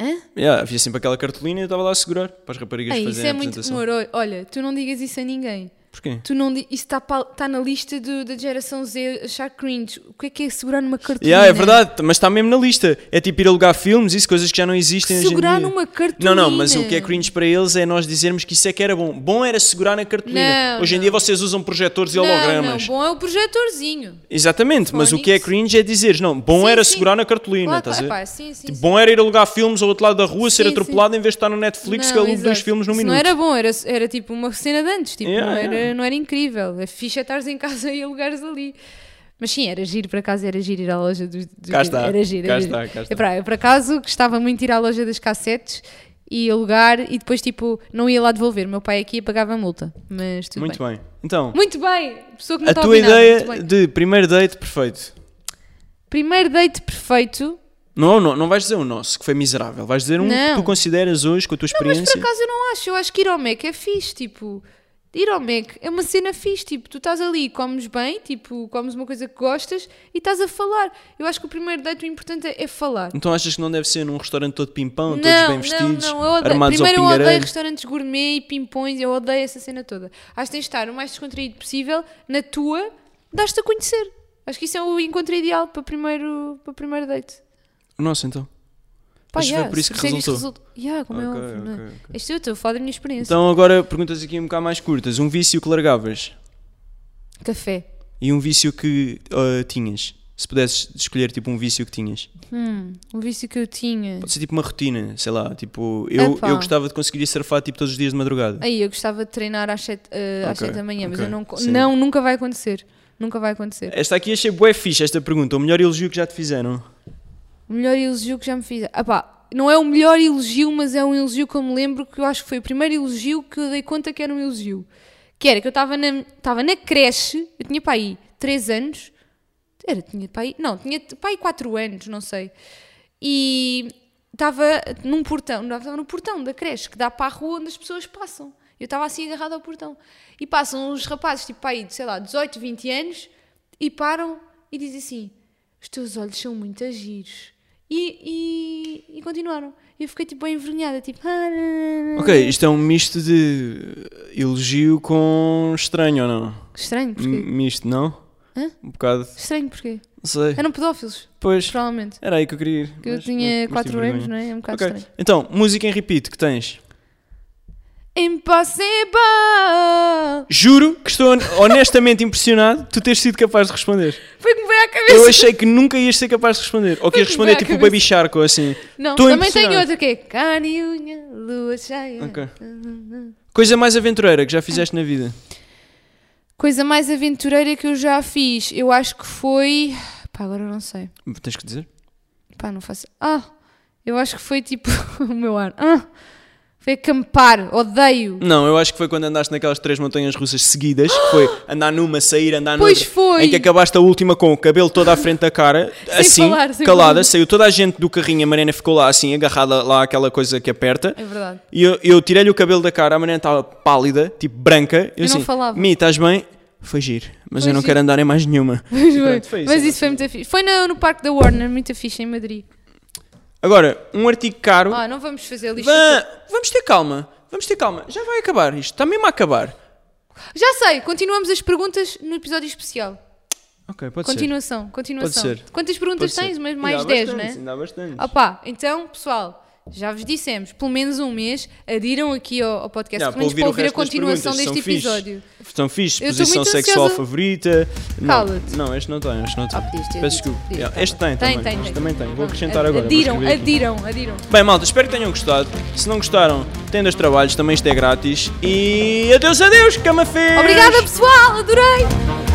S2: Hã?
S3: Yeah, havia sempre aquela cartolina e eu estava lá a segurar para as raparigas
S2: Ei, isso
S3: fazerem
S2: é
S3: a
S2: muito
S3: apresentação.
S2: humor. Olha, tu não digas isso a ninguém.
S3: Porquê?
S2: Tu não di- Isso está tá na lista do- da geração Z achar cringe. O que é que é segurar numa cartolina?
S3: Yeah, é verdade, mas está mesmo na lista. É tipo ir alugar filmes, isso, coisas que já não existem hoje em
S2: Segurar
S3: dia.
S2: numa
S3: Não,
S2: cartolina.
S3: não, mas o que é cringe para eles é nós dizermos que isso é que era bom. Bom era segurar na cartolina.
S2: Não,
S3: Hoje em
S2: não.
S3: dia vocês usam projetores e
S2: Não, não,
S3: hologramas.
S2: bom é o projetorzinho.
S3: Exatamente, mas o que é
S2: Phonics.
S3: cringe é dizeres, não, bom
S2: Sim,
S3: era
S2: sim.
S3: segurar na cartolina,
S2: Claro,
S3: estás a ver?
S2: epá, sim, sim,
S3: Tipo,
S2: sim.
S3: bom era ir alugar filmes ao outro lado da rua, ser
S2: Sim,
S3: atropelado em vez de estar no Netflix que
S2: Não,
S3: aluga dois
S2: exato.
S3: filmes num
S2: Isso
S3: minuto.
S2: Não era bom, era, era tipo uma cena de antes. Tipo,
S3: Yeah,
S2: não, era,
S3: yeah.
S2: não era incrível. A ficha estares em casa e alugares ali. Mas sim, era giro, por acaso era giro ir à loja dos. dos
S3: Cá está,
S2: era giro,
S3: cá
S2: era
S3: está,
S2: giro.
S3: cá está.
S2: É pra- eu, por acaso gostava muito de ir à loja das cassetes e alugar e depois, tipo, não ia lá devolver. Meu pai aqui pagava a multa. Mas tudo
S3: Muito
S2: bem.
S3: bem. Então,
S2: Muito bem! Pessoa que não
S3: a
S2: está
S3: tua
S2: ouvir nada,
S3: ideia
S2: muito bem.
S3: de primeiro date perfeito.
S2: Primeiro date perfeito.
S3: Não, não, não vais dizer o nosso, que foi miserável. Vais dizer um que
S2: Não.
S3: tu consideras hoje com a tua
S2: Mas por
S3: experiência.
S2: acaso eu não acho, eu acho que ir ao Mac é fixe, tipo, ir ao Mac é uma cena fixe, tipo, tu estás ali, comes bem, tipo, comes uma coisa que gostas e estás a falar. Eu acho que o primeiro date o importante é, é falar.
S3: Então achas que não deve ser num restaurante todo pimpão, todos bem
S2: Não, não,
S3: vestidos,
S2: não, eu odeio.
S3: armados
S2: Primeiro
S3: ao
S2: eu odeio
S3: pingareiro?
S2: restaurantes gourmet e pimpões, eu odeio essa cena toda. Acho que tens de estar o mais descontraído possível na tua, dás-te a conhecer. Acho que isso é o encontro ideal para primeiro, para primeiro date.
S3: O nosso então.
S2: Pá,
S3: Mas foi
S2: yeah,
S3: por isso
S2: se
S3: que
S2: percebi
S3: resultou?
S2: resulta- Yeah, como
S3: Ok,
S2: é óbvio, não é?
S3: ok, ok.
S2: Este eu estou a falar da minha experiência.
S3: Então agora perguntas aqui um bocado mais curtas. Um vício que largavas
S2: Café.
S3: e um vício que ah, tinhas. Se pudesses escolher tipo um vício que tinhas.
S2: Hum, o vício que eu tinha.
S3: Pode ser tipo uma rotina, sei lá, tipo, eu,
S2: Epá.
S3: eu gostava de conseguir surfar tipo todos os dias de madrugada.
S2: Aí eu gostava de treinar às 7 às
S3: Ok,
S2: sete da manhã, mas
S3: ok,
S2: eu não. co-
S3: sim.
S2: Não, nunca vai acontecer. Nunca vai acontecer.
S3: Esta aqui achei bué fixe, esta pergunta. O melhor elogio que já te fizeram.
S2: O melhor elogio que já me fiz. Ah pá, não é o melhor elogio, mas é um elogio que eu me lembro que eu acho que foi o primeiro elogio que eu dei conta que era um elogio. Que era que eu estava na, estava na creche, eu tinha para aí 3 anos. Era, tinha para aí. Não, tinha para aí 4 anos, não sei. E estava num portão, não, estava no portão da creche, que dá para a rua onde as pessoas passam. Eu estava assim agarrada ao portão. E passam uns rapazes, tipo para aí, sei lá, 18, 20 anos, e param e dizem assim: Os teus olhos são muito giros. E, e, e continuaram. E eu fiquei tipo bem envergonhada, tipo. "Ah, não, não, não."
S3: Ok, isto é um misto de elogio com estranho ou não?
S2: Estranho,
S3: M-
S2: porquê?
S3: misto, não?
S2: Hã?
S3: Um bocado,
S2: Estranho, porquê?
S3: não sei.
S2: Eram pedófilos,
S3: Pois,
S2: provavelmente.
S3: era aí que eu queria ir.
S2: Que eu
S3: mas-
S2: tinha
S3: mas tive
S2: 4
S3: vergonha.
S2: anos, não é? É um bocado
S3: Ok.
S2: estranho.
S3: Então, música em repeat que tens?
S2: Impossible!
S3: Juro que estou hon- honestamente impressionado de tu teres sido capaz de responder.
S2: Foi que me veio à cabeça.
S3: Eu achei que nunca ias ser capaz de responder. Ou que ias
S2: Foi que me
S3: responder
S2: veio à
S3: tipo o
S2: cabeça.
S3: Baby Shark ou assim.
S2: Não,
S3: Tô
S2: também tem
S3: impressionado.
S2: outra que é carne e unha, lua cheia.
S3: Ok. Coisa mais aventureira que já fizeste na vida?
S2: Coisa mais aventureira que eu já fiz, eu acho que foi. Pá, agora eu não sei.
S3: Tens que dizer?
S2: Pá, não faço. Ah, eu acho que foi tipo o meu ar. Ah, foi acampar, odeio.
S3: Não, eu acho que foi quando andaste naquelas três montanhas russas seguidas, que foi andar numa, sair, andar noutra.
S2: Pois foi.
S3: Em é que acabaste a última com o cabelo todo à frente da cara, assim,
S2: falar, sem
S3: calada,
S2: falar.
S3: saiu toda a gente do carrinho, a Mariana ficou lá assim, agarrada lá àquela coisa que aperta.
S2: É verdade.
S3: E eu, eu tirei-lhe o cabelo da cara, a Mariana estava pálida, tipo branca. Eu,
S2: Eu não
S3: assim,
S2: falava.
S3: Mi, estás bem? Foi giro, mas
S2: Foi
S3: eu não
S2: giro.
S3: quero andar em mais nenhuma.
S2: Mas,
S3: E
S2: foi.
S3: pronto, foi é
S2: Mas isso foi muito fixe. Foi no, no Parque da Warner, muito fixe, em Madrid.
S3: Agora, um artigo caro.
S2: Ah, não vamos fazer lista.
S3: Va- é Vamos ter calma, vamos ter calma. Já vai acabar isto, está mesmo a acabar.
S2: Já sei, continuamos as perguntas no episódio especial.
S3: Ok, pode ser.
S2: continuação, continuação.
S3: Pode ser.
S2: Quantas perguntas
S3: Pode ser.
S2: tens? Mas
S3: Ainda
S2: mais 10,
S3: há
S2: não
S3: bastantes,
S2: é?
S3: Ainda há bastantes.
S2: Opa, então, pessoal, já vos dissemos, pelo menos um mês, adiram aqui ao, ao podcast,
S3: Já,
S2: pelo menos para
S3: o
S2: ouvir a
S3: resto das
S2: continuação
S3: perguntas,
S2: deste
S3: são
S2: episódio.
S3: Fixe. São fixe,
S2: Eu tô
S3: posição
S2: muito
S3: sexual
S2: ansiosa.
S3: favorita. Não,
S2: Cala-te.
S3: Não, este não tem, este não tem.
S2: Ah, podias ter
S3: Peço
S2: dito,
S3: desculpa.
S2: podias,
S3: Yeah,
S2: tá
S3: este
S2: bem.
S3: tem, também. este também tem. Vou acrescentar agora. vou
S2: Adiram,
S3: escrever aqui.
S2: adiram, adiram.
S3: Bem, malta, espero que tenham gostado. Se não gostaram, têm dois trabalhos, também isto é grátis. E adeus, adeus, cama fez!
S2: Obrigada, pessoal, adorei!